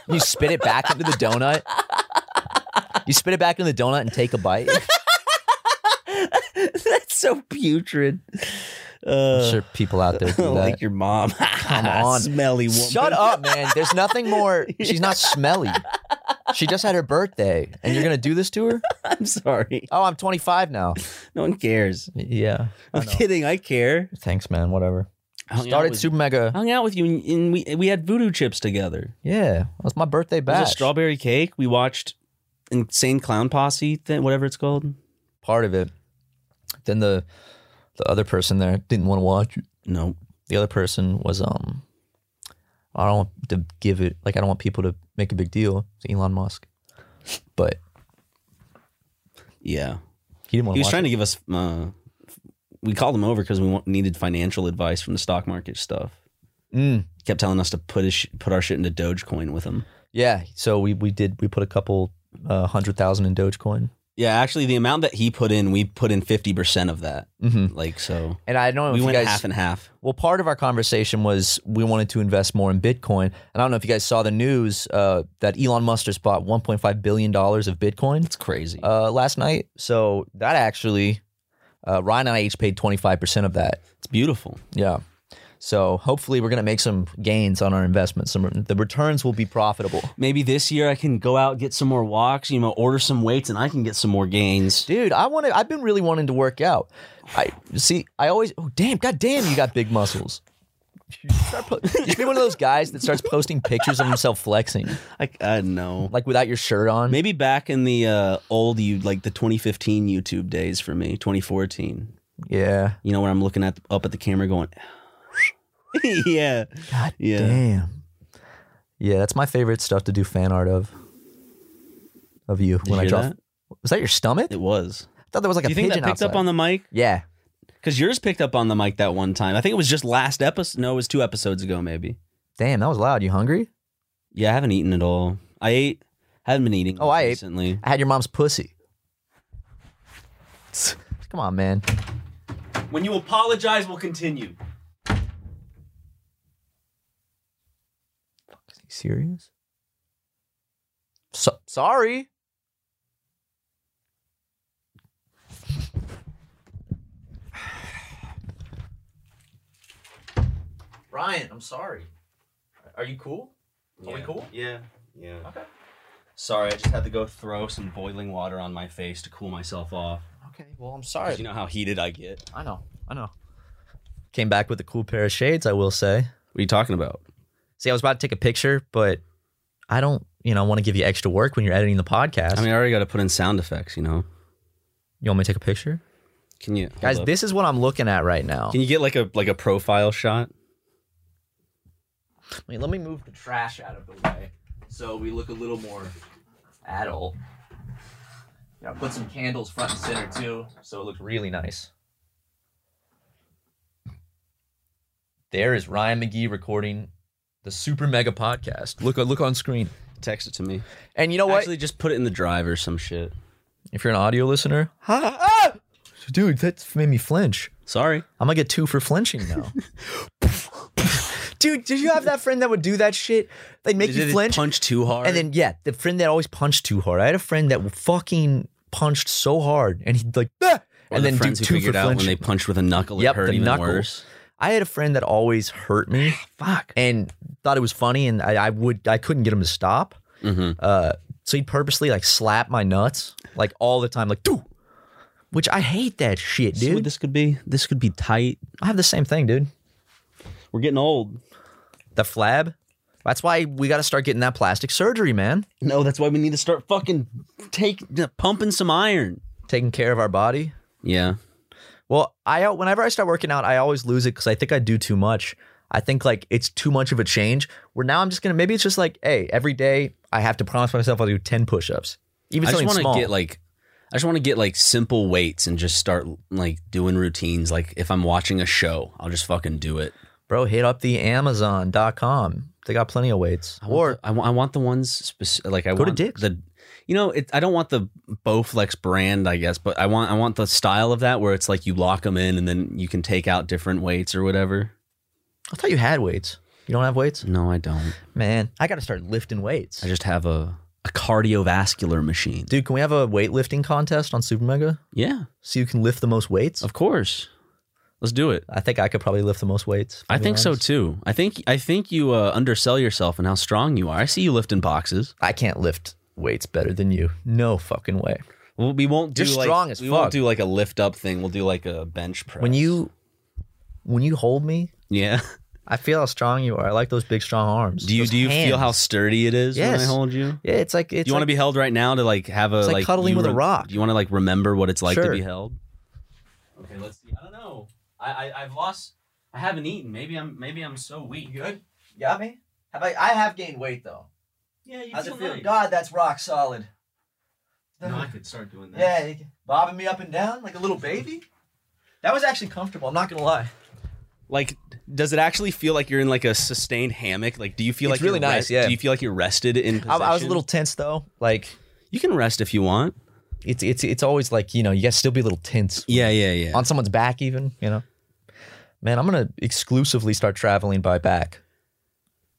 S1: you spit it back into the donut. You spit it back into the donut and take a bite.
S2: *laughs* That's so putrid.
S1: I'm
S2: Uh,
S1: sure people out there do that.
S2: *laughs* like your mom. Come
S1: on.
S2: smelly woman.
S1: Shut up, man. There's nothing more. She's not smelly. She just had her birthday, and you're gonna do this to her?
S2: *laughs* I'm sorry.
S1: Oh, I'm 25 now.
S2: No one cares.
S1: Yeah.
S2: I'm kidding. I care.
S1: Thanks, man. Whatever.
S2: I hung out
S1: Started
S2: with-
S1: super mega.
S2: I hung out with you, and, and we we had voodoo chips together.
S1: Yeah, it was my birthday
S2: It was a
S1: bash.
S2: strawberry cake. We watched Insane Clown Posse, thing, whatever it's called.
S1: part of it. Then the the other person there didn't want to watch. it.
S2: No,
S1: The other person was um, I don't want to give it like I don't want people to make a big deal. It's Elon Musk, but
S2: yeah.
S1: he didn't want
S2: he
S1: to.
S2: was trying to give us uh, we called him over because we wa- needed financial advice from the stock market stuff
S1: To- mm,
S2: he kept telling us to put his sh- put our shit into dogecoin with him
S1: yeah, so we we did we put a couple uh, hundred thousand in Dogecoin.
S2: yeah actually the amount that he put in we put in 50% of that
S1: Mm-hmm.
S2: like so
S1: And I don't know
S2: we
S1: if you
S2: went
S1: guys.
S2: half and half
S1: well, part of our conversation was we wanted to invest more in Bitcoin, and I don't know if you guys saw the news uh, that Elon Musk just bought 1.5 billion dollars of Bitcoin.
S2: it's crazy
S1: uh, last night. So that actually, uh, Ryan and I each paid 25% of that.
S2: it's beautiful
S1: Yeah. So hopefully we're going to make some gains on our investments. Some, the returns will be profitable.
S2: maybe this year i can go out get some more walks you know order some weights and i can get some more gains
S1: Dude, I want to, I've been really wanting to work out. I see, I always, oh, damn, God damn, you got big muscles. You start po- you should be one of those guys that starts posting pictures of himself flexing,
S2: i, I know
S1: like without your shirt on.
S2: maybe back in the uh, old you like the 2015 youtube days for me 2014
S1: Yeah.
S2: You know, when I'm looking at up at the camera going, *laughs* yeah,
S1: God
S2: yeah.
S1: Damn. Yeah, that's my favorite stuff to do fan art of. of you when
S2: you
S1: I
S2: hear
S1: draw.
S2: that?
S1: Was that your stomach?
S2: It was.
S1: I thought there was like
S2: Do
S1: a
S2: you think that
S1: pigeon
S2: picked up
S1: outside.
S2: on the mic?
S4: Yeah.
S2: Because yours picked up on the mic that one time. I think it was just last episode. No, it was two episodes ago, maybe.
S1: Damn, that was loud. You hungry?
S2: Yeah, I haven't eaten at all. I ate. Haven't been eating.
S1: Oh, I ate.
S2: recently.
S1: I had your mom's
S2: *laughs*
S1: pussy. Come on, man.
S2: When you apologize, we'll continue.
S1: Is he serious? So- sorry. Ryan, I'm sorry. Are you cool? Are we cool?
S2: Yeah. Yeah. Okay. Sorry, I just had to go throw some boiling water on my face to cool myself off.
S1: Okay, well, I'm
S2: 'Cause
S1: sorry.
S2: You know how heated I get.
S1: I know. I know. Came back with a cool pair of shades, I will say.
S2: What are you talking about?
S1: See, I was about to take a picture, but I don't, you know, want to give you extra work when you're editing the podcast.
S2: I mean, I already got to put in sound effects. You know?
S1: you want me to take a picture?
S2: Can you, hold
S1: Guys,
S2: up.
S1: this is what I'm looking at right now.
S2: Can you get like a like a profile shot?
S1: Wait, let me move the trash out of the way so we look a little more adult. Yeah, put some candles front and center too, so it looks really nice. There is Ryan McGee recording the Super Mega Podcast. Look, look on screen.
S2: Text it to me.
S1: And you know what?
S2: Actually, just put it in the drive or some shit.
S1: if you're an audio listener, dude, that made me flinch.
S2: Sorry.
S1: I'm gonna get two for flinching now. *laughs* Dude, did you have that friend that would do that shit? They'd make
S2: Did
S1: you
S2: it
S1: flinch,
S2: punch too hard?
S1: and then yeah, the friend that always punched too hard. I had a friend that fucking punched so hard, and he'd like, "Ah!"
S2: Or
S1: and
S2: the
S1: then do
S2: friends who
S1: two for
S2: figured out when
S1: flinching.
S2: they punched with a knuckle,
S1: Yep,
S2: it hurt
S1: the
S2: even
S1: knuckle.
S2: worse.
S1: I had a friend that always hurt me,
S2: *sighs* Fuck.
S1: and thought it was funny, and I, I would, I couldn't get him to stop.
S2: Mm-hmm.
S1: Uh, so he'd purposely like slap my nuts like all the time, like, "Doo!" which I hate that shit,
S2: See what
S1: dude.
S2: this could be? This could be tight.
S1: I have the same thing, dude.
S2: We're getting old.
S1: The flab. That's why we got to start getting that plastic surgery, man.
S2: No, that's why we need to start fucking take pumping some iron.
S1: Taking care of our body.
S2: Yeah.
S1: Well, I whenever I start working out, I always lose it because I think I do too much. I think like it's too much of a change. Where now I'm just gonna maybe it's just like, hey, every day I have to promise myself I'll do ten push-ups, even
S2: I just
S1: something
S2: want
S1: small.
S2: to get like I just want to get like simple weights and just start like doing routines. Like if I'm watching a show, I'll just fucking do it.
S1: Bro, hit up the Amazon.com. They got plenty of weights.
S2: I want
S1: Or
S2: the- I want I want the ones speci- like I
S1: Go to
S2: want
S1: Dick's.
S2: the you know it, I don't want the Bowflex brand I guess, but I want I want the style of that where it's like you lock them in and then you can take out different weights or whatever.
S1: I thought you had weights. You don't have weights,
S2: No, I don't.
S1: man. I got to start lifting weights,
S2: I just have a a cardiovascular machine.
S1: dude. Can we have a weightlifting contest on Super Mega?
S2: Yeah,
S1: See who can lift the most weights.
S2: of course. Let's do it.
S1: I think I could probably lift the most weights. if
S2: I
S1: I'm being
S2: think so
S1: honest.
S2: too. I think I think you uh, undersell yourself and how strong you are. I see you lifting boxes.
S1: I can't lift weights better than you. No fucking way.
S2: Well, we won't do
S1: You're
S2: like
S1: strong as
S2: we
S1: fuck.
S2: won't do like a lift up thing. We'll do like a bench press.
S1: When you when you hold me,
S2: yeah. *laughs*
S1: I feel how strong you are. I like those big strong arms.
S2: Do you
S1: Those
S2: do you feel
S1: hands.
S2: how sturdy it is when I
S1: Yes.
S2: hold you?
S1: Yeah, it's like it's
S2: you want to
S1: like-
S2: be held right now to like have a
S1: It's like cuddling
S2: you
S1: with a
S2: re-
S1: rock.
S2: You want to like remember what it's like to
S1: Sure.
S2: be held. Okay, let's see. I don't know. I, I I've lost. I haven't eaten. Maybe I'm maybe I'm so weak. Good.
S5: You got me?
S4: Have I, I have gained weight though.
S2: Yeah, you
S5: How's it feel? God, that's rock solid.
S2: could start doing that.
S5: Yeah, you- bobbing me up and down like a little baby. That was actually comfortable. I'm not gonna lie.
S2: Like, does it actually feel like you're in like a sustained hammock? Like, do you feel
S1: It's
S2: like you're
S1: really nice,
S2: rest-
S1: yeah.
S2: Do you feel like you're rested in? Position?
S1: I, I was a little tense though. Like
S2: You can rest if you want.
S1: it's it's it's always like you know you guys still be a little tense
S2: Yeah, yeah, yeah.
S1: on someone's back even you know. Man, I'm gonna exclusively start traveling by back,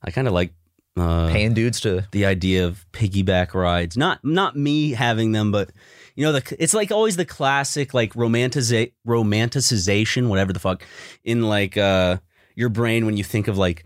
S2: I kind of like uh,
S1: paying dudes to.
S2: the idea of piggyback rides. Not not me having them, but you know, the it's like always the classic like romantiza- romanticization, whatever the fuck, in like uh, your brain when you think of like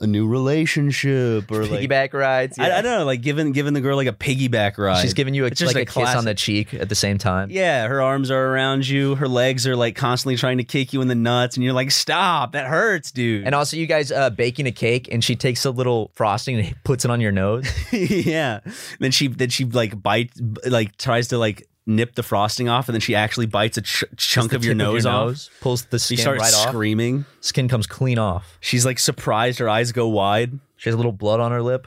S2: a new relationship or like.
S1: Piggyback rides.
S2: I,
S1: yeah.
S2: I don't know, like giving giving the girl like a piggyback ride.
S1: She's giving you a,
S2: It's just
S1: like a, kiss
S2: classic-
S1: on the cheek at the same time.
S2: Yeah, her arms are around you. Her legs are like constantly trying to kick you in the nuts, and you're like, "Stop! That hurts, dude."
S1: And also, you guys uh, baking a cake, and she takes a little frosting and puts it on your
S2: *laughs*
S1: nose.
S2: *laughs* yeah. Then she then she like bites, like tries to like nip the frosting off, and then she actually bites a ch- chunk
S1: the
S2: of your,
S1: tip
S2: nose off.
S1: pulls the
S2: She
S1: skin
S2: starts
S1: right off.
S2: screaming.
S1: Skin comes clean off.
S2: She's like surprised. Her eyes go wide.
S1: She has a little blood on her lip.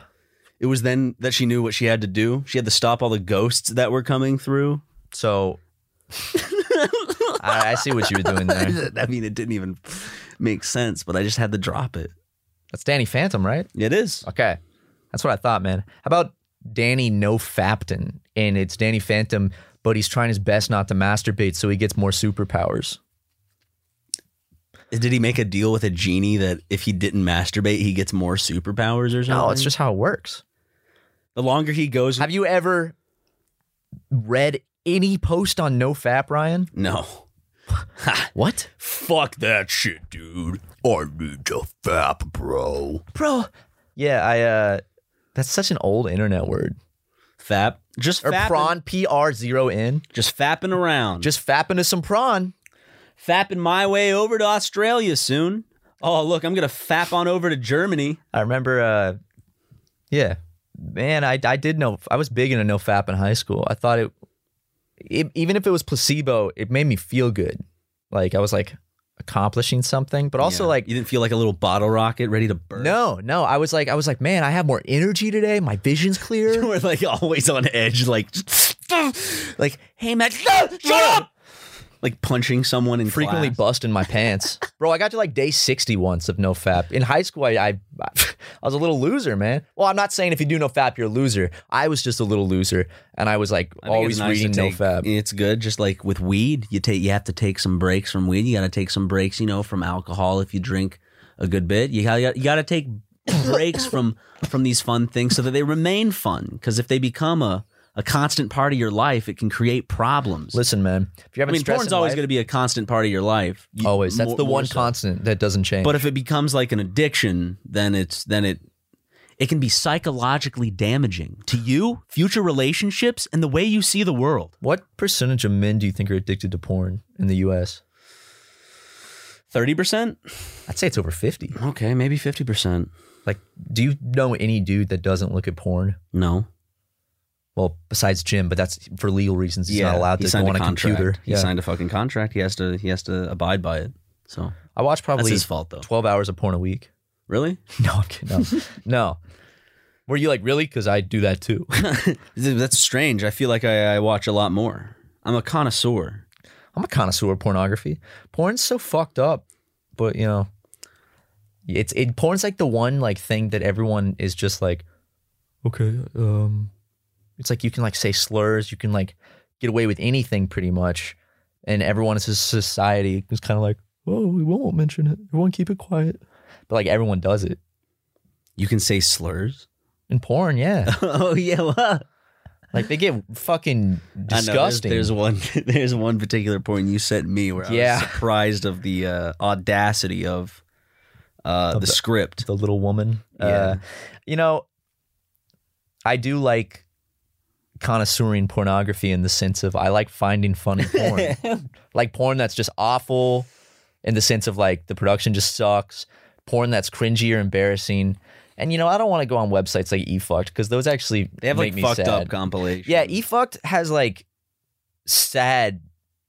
S2: It was then that she knew what she had to do. She had to stop all the ghosts that were coming through. *laughs*
S1: So I, I see what you were doing there.
S2: *laughs* I mean, it didn't even make sense, but I just had to drop it.
S1: That's Danny Phantom, right?
S2: It is.
S1: Okay. That's what I thought, man. How about Danny No Fapton? And it's Danny Phantom, but he's trying his best not to masturbate, so he gets more superpowers.
S2: Did he make a deal with a genie that if he didn't masturbate, he gets more superpowers or something?
S1: No, it's just how it works.
S2: the longer he goes.
S1: Have you ever read any post on No Fap, Ryan?
S2: no.
S1: What?
S3: Fuck that shit, dude. I need to fap, bro.
S1: Bro. Yeah, I uh that's such an old internet word.
S2: Fap. Just
S1: Or
S2: fapping,
S1: prawn P R zero N.
S2: Just fapping around.
S1: Just fapping to some prawn.
S2: fapping my way over to Australia soon. Oh, look, I'm going to fap on over to Germany.
S1: I remember uh yeah. Man, I I did know I was big into no fap in high school. I thought it, it even if it was placebo, it made me feel good. Like I was like accomplishing something, but also
S2: Yeah.
S1: like
S2: you didn't feel like a little bottle rocket ready to burn.
S1: no, no. I was like, I was like, man, I have more energy today. My vision's
S2: You
S1: clear.
S2: *laughs* *laughs* were like always on edge,
S1: *laughs*
S2: like, like, hey, Matt, shut up! Like punching someone in
S1: frequently
S2: class.
S1: busting my
S2: *laughs*
S1: pants. Bro, I got to like day 60 once of no fap. In high school, I, I *laughs* I was a little loser, man. Well, I'm not saying if you do no fap, you're a loser. I was just a little loser. And I was like
S2: I think
S1: always
S2: it's nice to
S1: reading no
S2: take-
S1: fap.
S2: It's good, just like with weed, you take you have to take some breaks from weed. You got to take some breaks, you know, from alcohol if you drink a good bit. You got you got to take breaks from from these fun things so that they remain fun. Because if they become a a constant part of your life, it can create problems.
S1: Listen, man, if you're
S2: I
S1: having
S2: mean,
S1: stress
S2: porn's
S1: in
S2: always
S1: life-
S2: going to be a constant part of your life. You-
S1: always. That's
S2: more-
S1: the
S2: more
S1: one
S2: so.
S1: constant that doesn't change.
S2: But if it becomes like an addiction, then it's then it it can be psychologically damaging to you, future relationships, and the way you see the world.
S1: what percentage of men do you think are addicted to porn in the US?
S2: Thirty percent.
S1: I'd say it's over 50.
S2: Okay, maybe fifty percent.
S1: Like, do you know any dude that doesn't look at porn?
S2: No,
S1: Well, besides Jim, but that's for legal reasons. He's not allowed to
S2: He
S1: go
S2: signed
S1: on a,
S2: contract.
S1: computer.
S2: He
S1: Yeah.
S2: signed a fucking contract. He has to. He has to abide by it. So
S1: I watch
S2: that's
S1: probably
S2: his fault, though.
S1: 12 hours of porn a week.
S2: *laughs* Really?
S1: No, I'm kidding. No. *laughs* no. Were you like, really? Because I do that too.
S2: that's strange. I feel like I, I watch a lot more. I'm a connoisseur.
S1: I'm a connoisseur of pornography. Porn's so fucked up, but you know, it's it. Porn's like the one like thing that everyone is just like, okay, um, it's like you can like say slurs, you can like get away with anything pretty much, and everyone in society is kind of like, oh, we won't mention it, we won't keep it quiet, but like everyone does it
S2: You can say slurs. *laughs*
S1: in porn, yeah.
S2: oh yeah. Well,
S1: like they get fucking disgusting.
S2: I know, there's, there's one. *laughs* There's one particular point you sent me where I
S1: Yeah.
S2: was surprised of the uh, audacity of uh, the,
S1: the-
S2: script.
S1: the little woman.
S2: Yeah.
S1: Uh, you know, I do like connoisseuring pornography in the sense of I like finding
S2: *laughs*
S1: funny porn. like porn that's just awful in the sense of like the production just sucks, porn that's cringy or embarrassing. And you know, I don't want to go on websites like eFucked because those actually
S2: They have
S1: make
S2: like
S1: me
S2: fucked
S1: sad.
S2: up compilations.
S1: Yeah, eFucked has like sad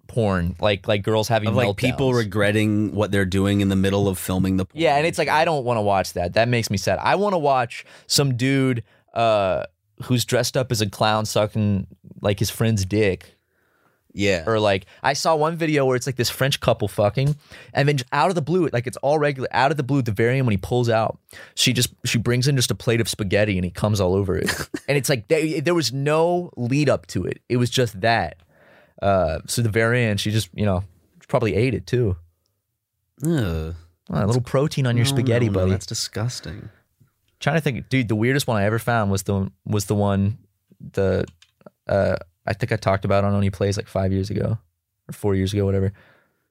S1: porn, like like girls having
S2: of like people
S1: meltdowns.
S2: regretting what they're doing in the middle of filming the porn.
S1: Yeah, and it's like I don't want to watch that. That makes me sad. I want to watch some dude uh, who's dressed up as a clown sucking like his friend's dick.
S2: yeah
S1: Or like I saw one video where it's like this French couple fucking, and then out of the blue, like it's all regular. Out of the blue, at the very end when he pulls out, she just she brings in just a plate of spaghetti and he comes all over
S2: *laughs*
S1: it, and it's like there, there was no lead up to it. It was just that. Uh, so the very end, she just you know probably ate it too.
S2: Ugh.
S1: Ah, a little protein on your
S2: No,
S1: spaghetti,
S2: Mm, no, no,
S1: buddy.
S2: That's disgusting.
S1: trying to think, dude. The weirdest one I ever found was the was the one the uh I think I talked about on Only Plays like five years ago or four years ago, whatever.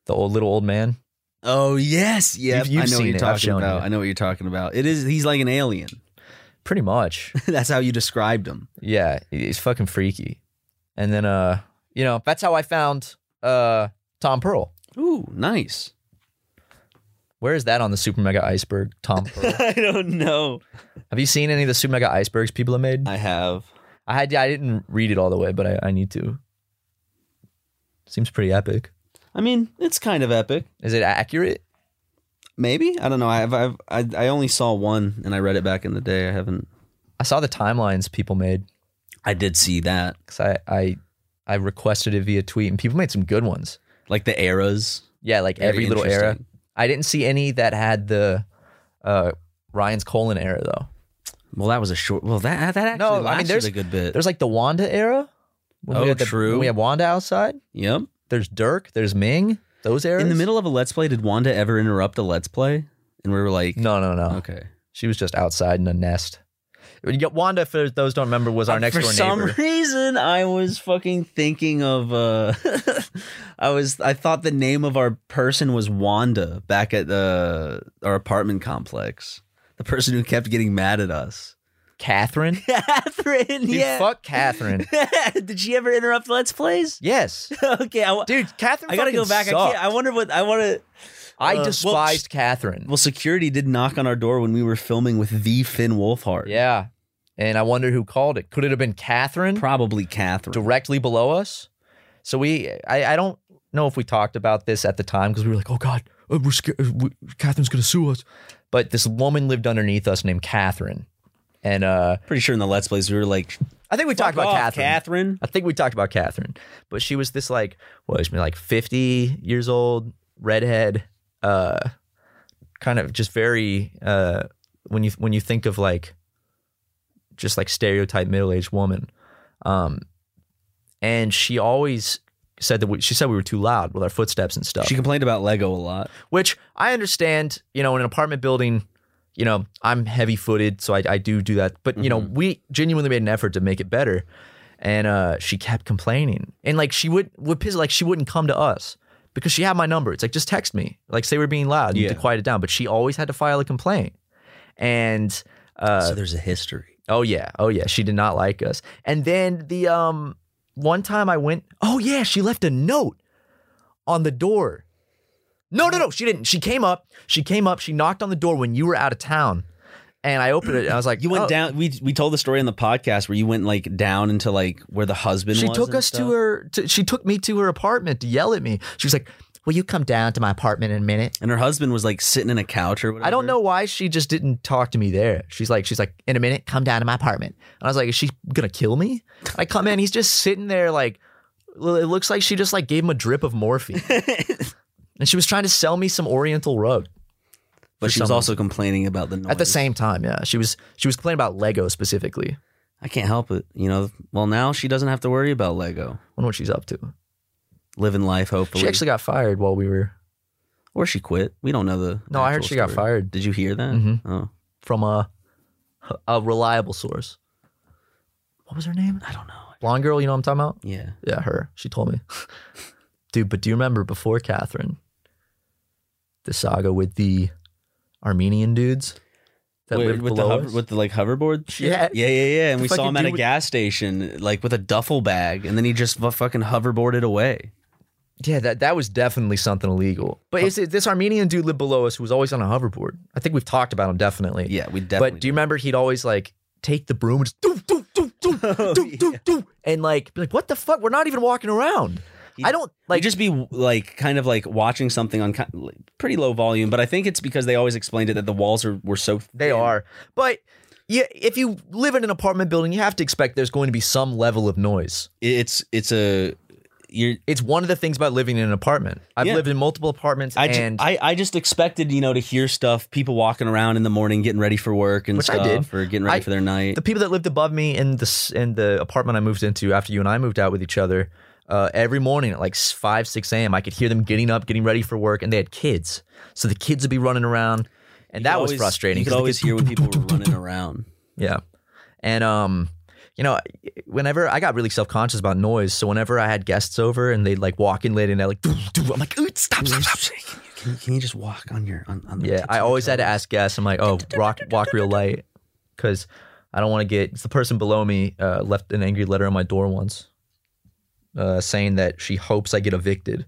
S1: The old little old man.
S2: Oh yes, yeah.
S1: You've- you've
S2: I know
S1: seen
S2: what
S1: it.
S2: you're
S1: I've
S2: talking
S1: shown
S2: about.
S1: you.
S2: I know what you're talking about. It is. He's like an alien. *laughs*
S1: Pretty much,
S2: that's how you described him.
S1: yeah. He's fucking freaky. And then uh, you know, that's how I found uh Tom Pearl.
S2: Ooh, nice.
S1: Where is that on the Super Mega Iceberg, Tom Pearl?
S2: *laughs* I don't know.
S1: have you seen any of the Super Mega Icebergs people have made?
S2: I have.
S1: I had I didn't read it all the way, but I, I need to. Seems pretty epic.
S2: I mean, it's kind of epic.
S1: Is it accurate?
S2: Maybe I don't know. I've, I've I I only saw one, and I read it back in the day. I haven't.
S1: I saw the timelines people made
S2: I did see that.
S1: because I, I I requested it via tweet, and people made some good ones.
S2: Like the eras.
S1: Yeah, like
S2: Very
S1: every little era.
S2: interesting.
S1: I didn't see any that had the uh, Ryan's colon era though.
S2: Well, that was a short. Well, that that actually
S1: No, I mean,
S2: lasted
S1: there's-
S2: a good bit.
S1: There's like the Wanda era. When
S2: Oh,
S1: we had the,
S2: true.
S1: When we had Wanda outside.
S2: Yep.
S1: There's Dirk. There's Ming. Those eras.
S2: In the middle of a let's play, did Wanda ever interrupt a let's play? And we were like,
S1: No, no, no.
S2: okay.
S1: She was just outside in a nest. Yeah, Wanda, for those don't remember, was our next
S2: Uh, For
S1: door
S2: some
S1: neighbor.
S2: reason, I was fucking thinking of. uh *laughs* I was. I thought the name of our person was Wanda back at uh, our apartment complex. The person who kept getting mad at us.
S1: Catherine.
S2: *laughs* Catherine.
S1: Dude,
S2: yeah.
S1: fuck Catherine.
S2: *laughs* did she ever interrupt Let's Plays? *laughs*
S1: yes,
S2: okay. I, wa-
S1: dude, Catherine.
S2: I gotta go
S1: fucking
S2: back. I
S1: sucked.
S2: can't. I wonder what. I want to.
S1: I
S2: uh, well,
S1: despised Catherine.
S2: Well, security did knock on our door when we were filming with the Finn Wolfhard.
S1: yeah, and I wonder who called it. Could it have been Catherine
S2: Probably Catherine.
S1: directly below us? So we, I, I don't know if we talked about this at the time because we were like, oh god, uh, we're scared. uh, we- Catherine's gonna sue us. But this woman lived underneath us named Catherine, and uh,
S2: Pretty sure in the Let's Plays we were like,
S1: I think we talked
S2: "Fuck
S1: about
S2: off,
S1: Catherine.
S2: Catherine.
S1: I think we talked about Catherine, but she was this like what she like fifty years old redhead, uh, kind of just very uh, when you when you think of like just like stereotype middle aged woman, um, and she always said that we, she said we were too loud with our footsteps and stuff
S2: She complained about Lego a lot.
S1: which I understand, you know, in an apartment building, you know, I'm heavy footed, so I, I do do that. But, you know, we genuinely made an effort to make it better. And uh, she kept complaining. And like she would, would piss, like she wouldn't come to us because she had my number. It's like, just text me. Like say we're being loud and
S2: Yeah.
S1: to quiet it down. But she always had to file a complaint. And uh,
S2: so there's a history.
S1: Oh yeah. Oh yeah. She did not like us. And then the um one time I went, oh yeah, she left a note on the door. No, no, no, she didn't. She came up. She came up. She knocked on the door when you were out of town. And I opened it and I was like,
S2: You went
S1: "Oh."
S2: down. We we told the story on the podcast where you went like down into like where the husband.
S1: She
S2: was
S1: took
S2: and
S1: us
S2: stuff.
S1: to her to, she took me to her apartment to yell at me. She was like, Will you come down to my apartment in a minute?
S2: and her husband was like sitting in a couch or whatever.
S1: I don't
S2: *laughs*
S1: know why she just didn't talk to me there. She's like, she's like, in a minute, come down to my apartment. And I was like, is she gonna kill me? I come in, he's just sitting there, like, l- it looks like she just like gave him a drip of morphine, and she was trying to sell me some Oriental rug.
S2: But she was
S1: someone.
S2: also complaining about the noise.
S1: At the same time, yeah, she was she was complaining about Lego specifically.
S2: I can't help it. You know. Well, now she doesn't have to worry about Lego.
S1: I wonder what she's up to.
S2: Living life, hopefully.
S1: She actually got fired while we were
S2: or she quit. We don't know the.
S1: No, I heard
S2: actual
S1: she got
S2: story.
S1: fired.
S2: Did you hear that?
S1: Mhm.
S2: Oh,
S1: from a a reliable source. What was her name?
S2: I don't know.
S1: Blonde girl, you know what I'm talking about?
S2: Yeah.
S1: Yeah, her. She told me. Dude, but do you remember before Catherine, the saga with the Armenian dudes that
S2: Wait,
S1: lived
S2: with
S1: below
S2: the hover,
S1: us?
S2: with the like hoverboard shit.
S1: Yeah.
S2: yeah, yeah, yeah. And
S1: The
S2: we saw
S1: fucking
S2: him at a
S1: dude with-
S2: gas station, like with a duffel bag, and then he just fu- fucking hoverboarded away.
S1: yeah, that that was definitely something illegal. But is it, this Armenian dude lived below us who was always on a hoverboard. I think we've talked about him definitely.
S2: Yeah, we definitely.
S1: But do you remember he'd always like take the broom and just doo doo doo doo
S2: *laughs* Oh,
S1: doo doo doo and like be like what the fuck? We're not even walking around.
S2: He-
S1: I don't
S2: like
S1: like
S2: just be like kind of like watching something on ki- like, pretty low volume? But I think it's because they always explained it that the walls are were so.
S1: They are. But yeah, if you live in an apartment building, you have to expect there's going to be some level of noise.
S2: It's it's a you're.
S1: It's one of the things about living in an apartment. I've
S2: Yeah.
S1: lived in multiple apartments,
S2: I, ju-
S1: and
S2: I I just expected you know to hear stuff, people walking around in the morning, getting ready for work and
S1: Which I
S2: stuff,
S1: did.
S2: or getting ready
S1: I-
S2: for their night.
S1: the people that lived above me in the s- in the apartment I moved into after you and I moved out with each other, uh, every morning at like s- five six a.m. I could hear them getting up, getting ready for work, and they had kids, so the kids would be running around, and that
S2: You
S1: was
S2: always-
S1: frustrating.
S2: You
S1: 'cause
S2: could
S1: the
S2: always
S1: kids-
S2: hear when people
S1: *laughs*
S2: were running around.
S1: Yeah. And um you know, whenever I got really self-conscious about noise, so whenever I had guests over and they'd like walk in late and they're like, doo, doo, I'm like, "Ooh, stop, stop,
S2: *laughs*
S1: stop.
S2: Can, can you just walk on your on, on the
S1: Yeah,
S2: tips
S1: I
S2: of
S1: always
S2: your
S1: had to ask guests. I'm like, oh, rock, walk real light, because I don't want to get. The person below me uh, left an angry letter on my door once, uh, saying that she hopes I get evicted.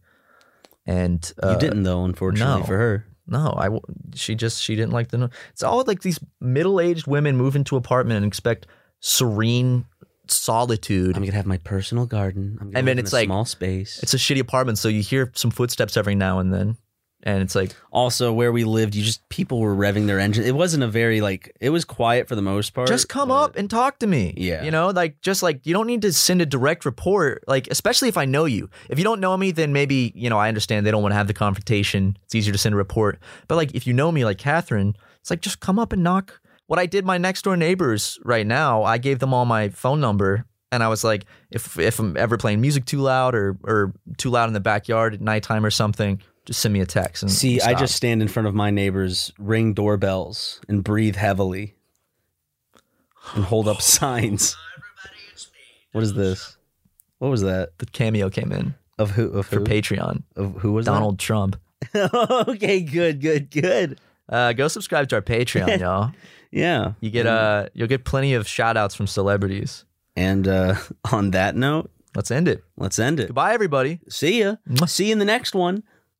S1: And
S2: toe?
S1: uh,
S2: you didn't though, unfortunately
S1: no.
S2: for her.
S1: No, I. w- She just she didn't like the. No- it's all like these middle aged women move into apartment and expect serene solitude.
S2: I'm gonna have my personal garden. I'm gonna
S1: And then
S2: live in
S1: it's
S2: a
S1: like-
S2: small space.
S1: it's a shitty apartment, so you hear some footsteps every now and then. and it's like
S2: Also, where we lived, you just people were revving their engine. It wasn't a very like it was quiet for the most part.
S1: just come up and talk to me.
S2: Yeah.
S1: You know, like just like you don't need to send a direct report, like especially if I know you. If you don't know me, then maybe, you know, I understand they don't want to have the confrontation. It's easier to send a report. But like if you know me like Catherine, it's like just come up and knock. What I did my next door neighbors right now, I gave them all my phone number and I was like, if if I'm ever playing music too loud or or too loud in the backyard at nighttime or something, just send me a text and
S2: See,
S1: we'll
S2: I
S1: stop.
S2: just stand in front of my neighbors, ring doorbells, and breathe heavily, and hold *sighs* up signs. What is this? What was that?
S1: the cameo came in
S2: Of who? Of
S1: for
S2: who?
S1: Patreon.
S2: of who was that?
S1: Donald Trump.
S2: *laughs* okay, good, good, good.
S1: Uh, go subscribe to our
S2: *laughs*
S1: Patreon, y'all.
S2: Yeah,
S1: You get uh you'll get plenty of shout outs from celebrities.
S2: And uh, *laughs* on that note,
S1: Let's end it.
S2: let's end it.
S1: Goodbye everybody.
S2: See ya.
S1: Mwah.
S2: See you in the next one. *laughs*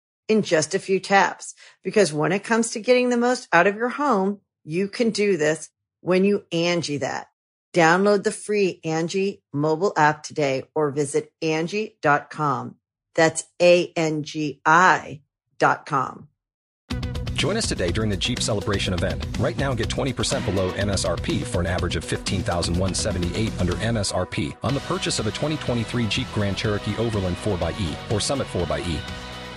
S6: in just a few taps because when it comes to getting the most out of your home, you can do this when you Angie that. Download the free Angie mobile app today or visit Angie.com. That's A-N-G-I dot com.
S7: Join us today during the Jeep Celebration event. Right now, get 20% below MSRP for an average of 15178 under MSRP on the purchase of a 2023 Jeep Grand Cherokee Overland 4xE or Summit 4xE.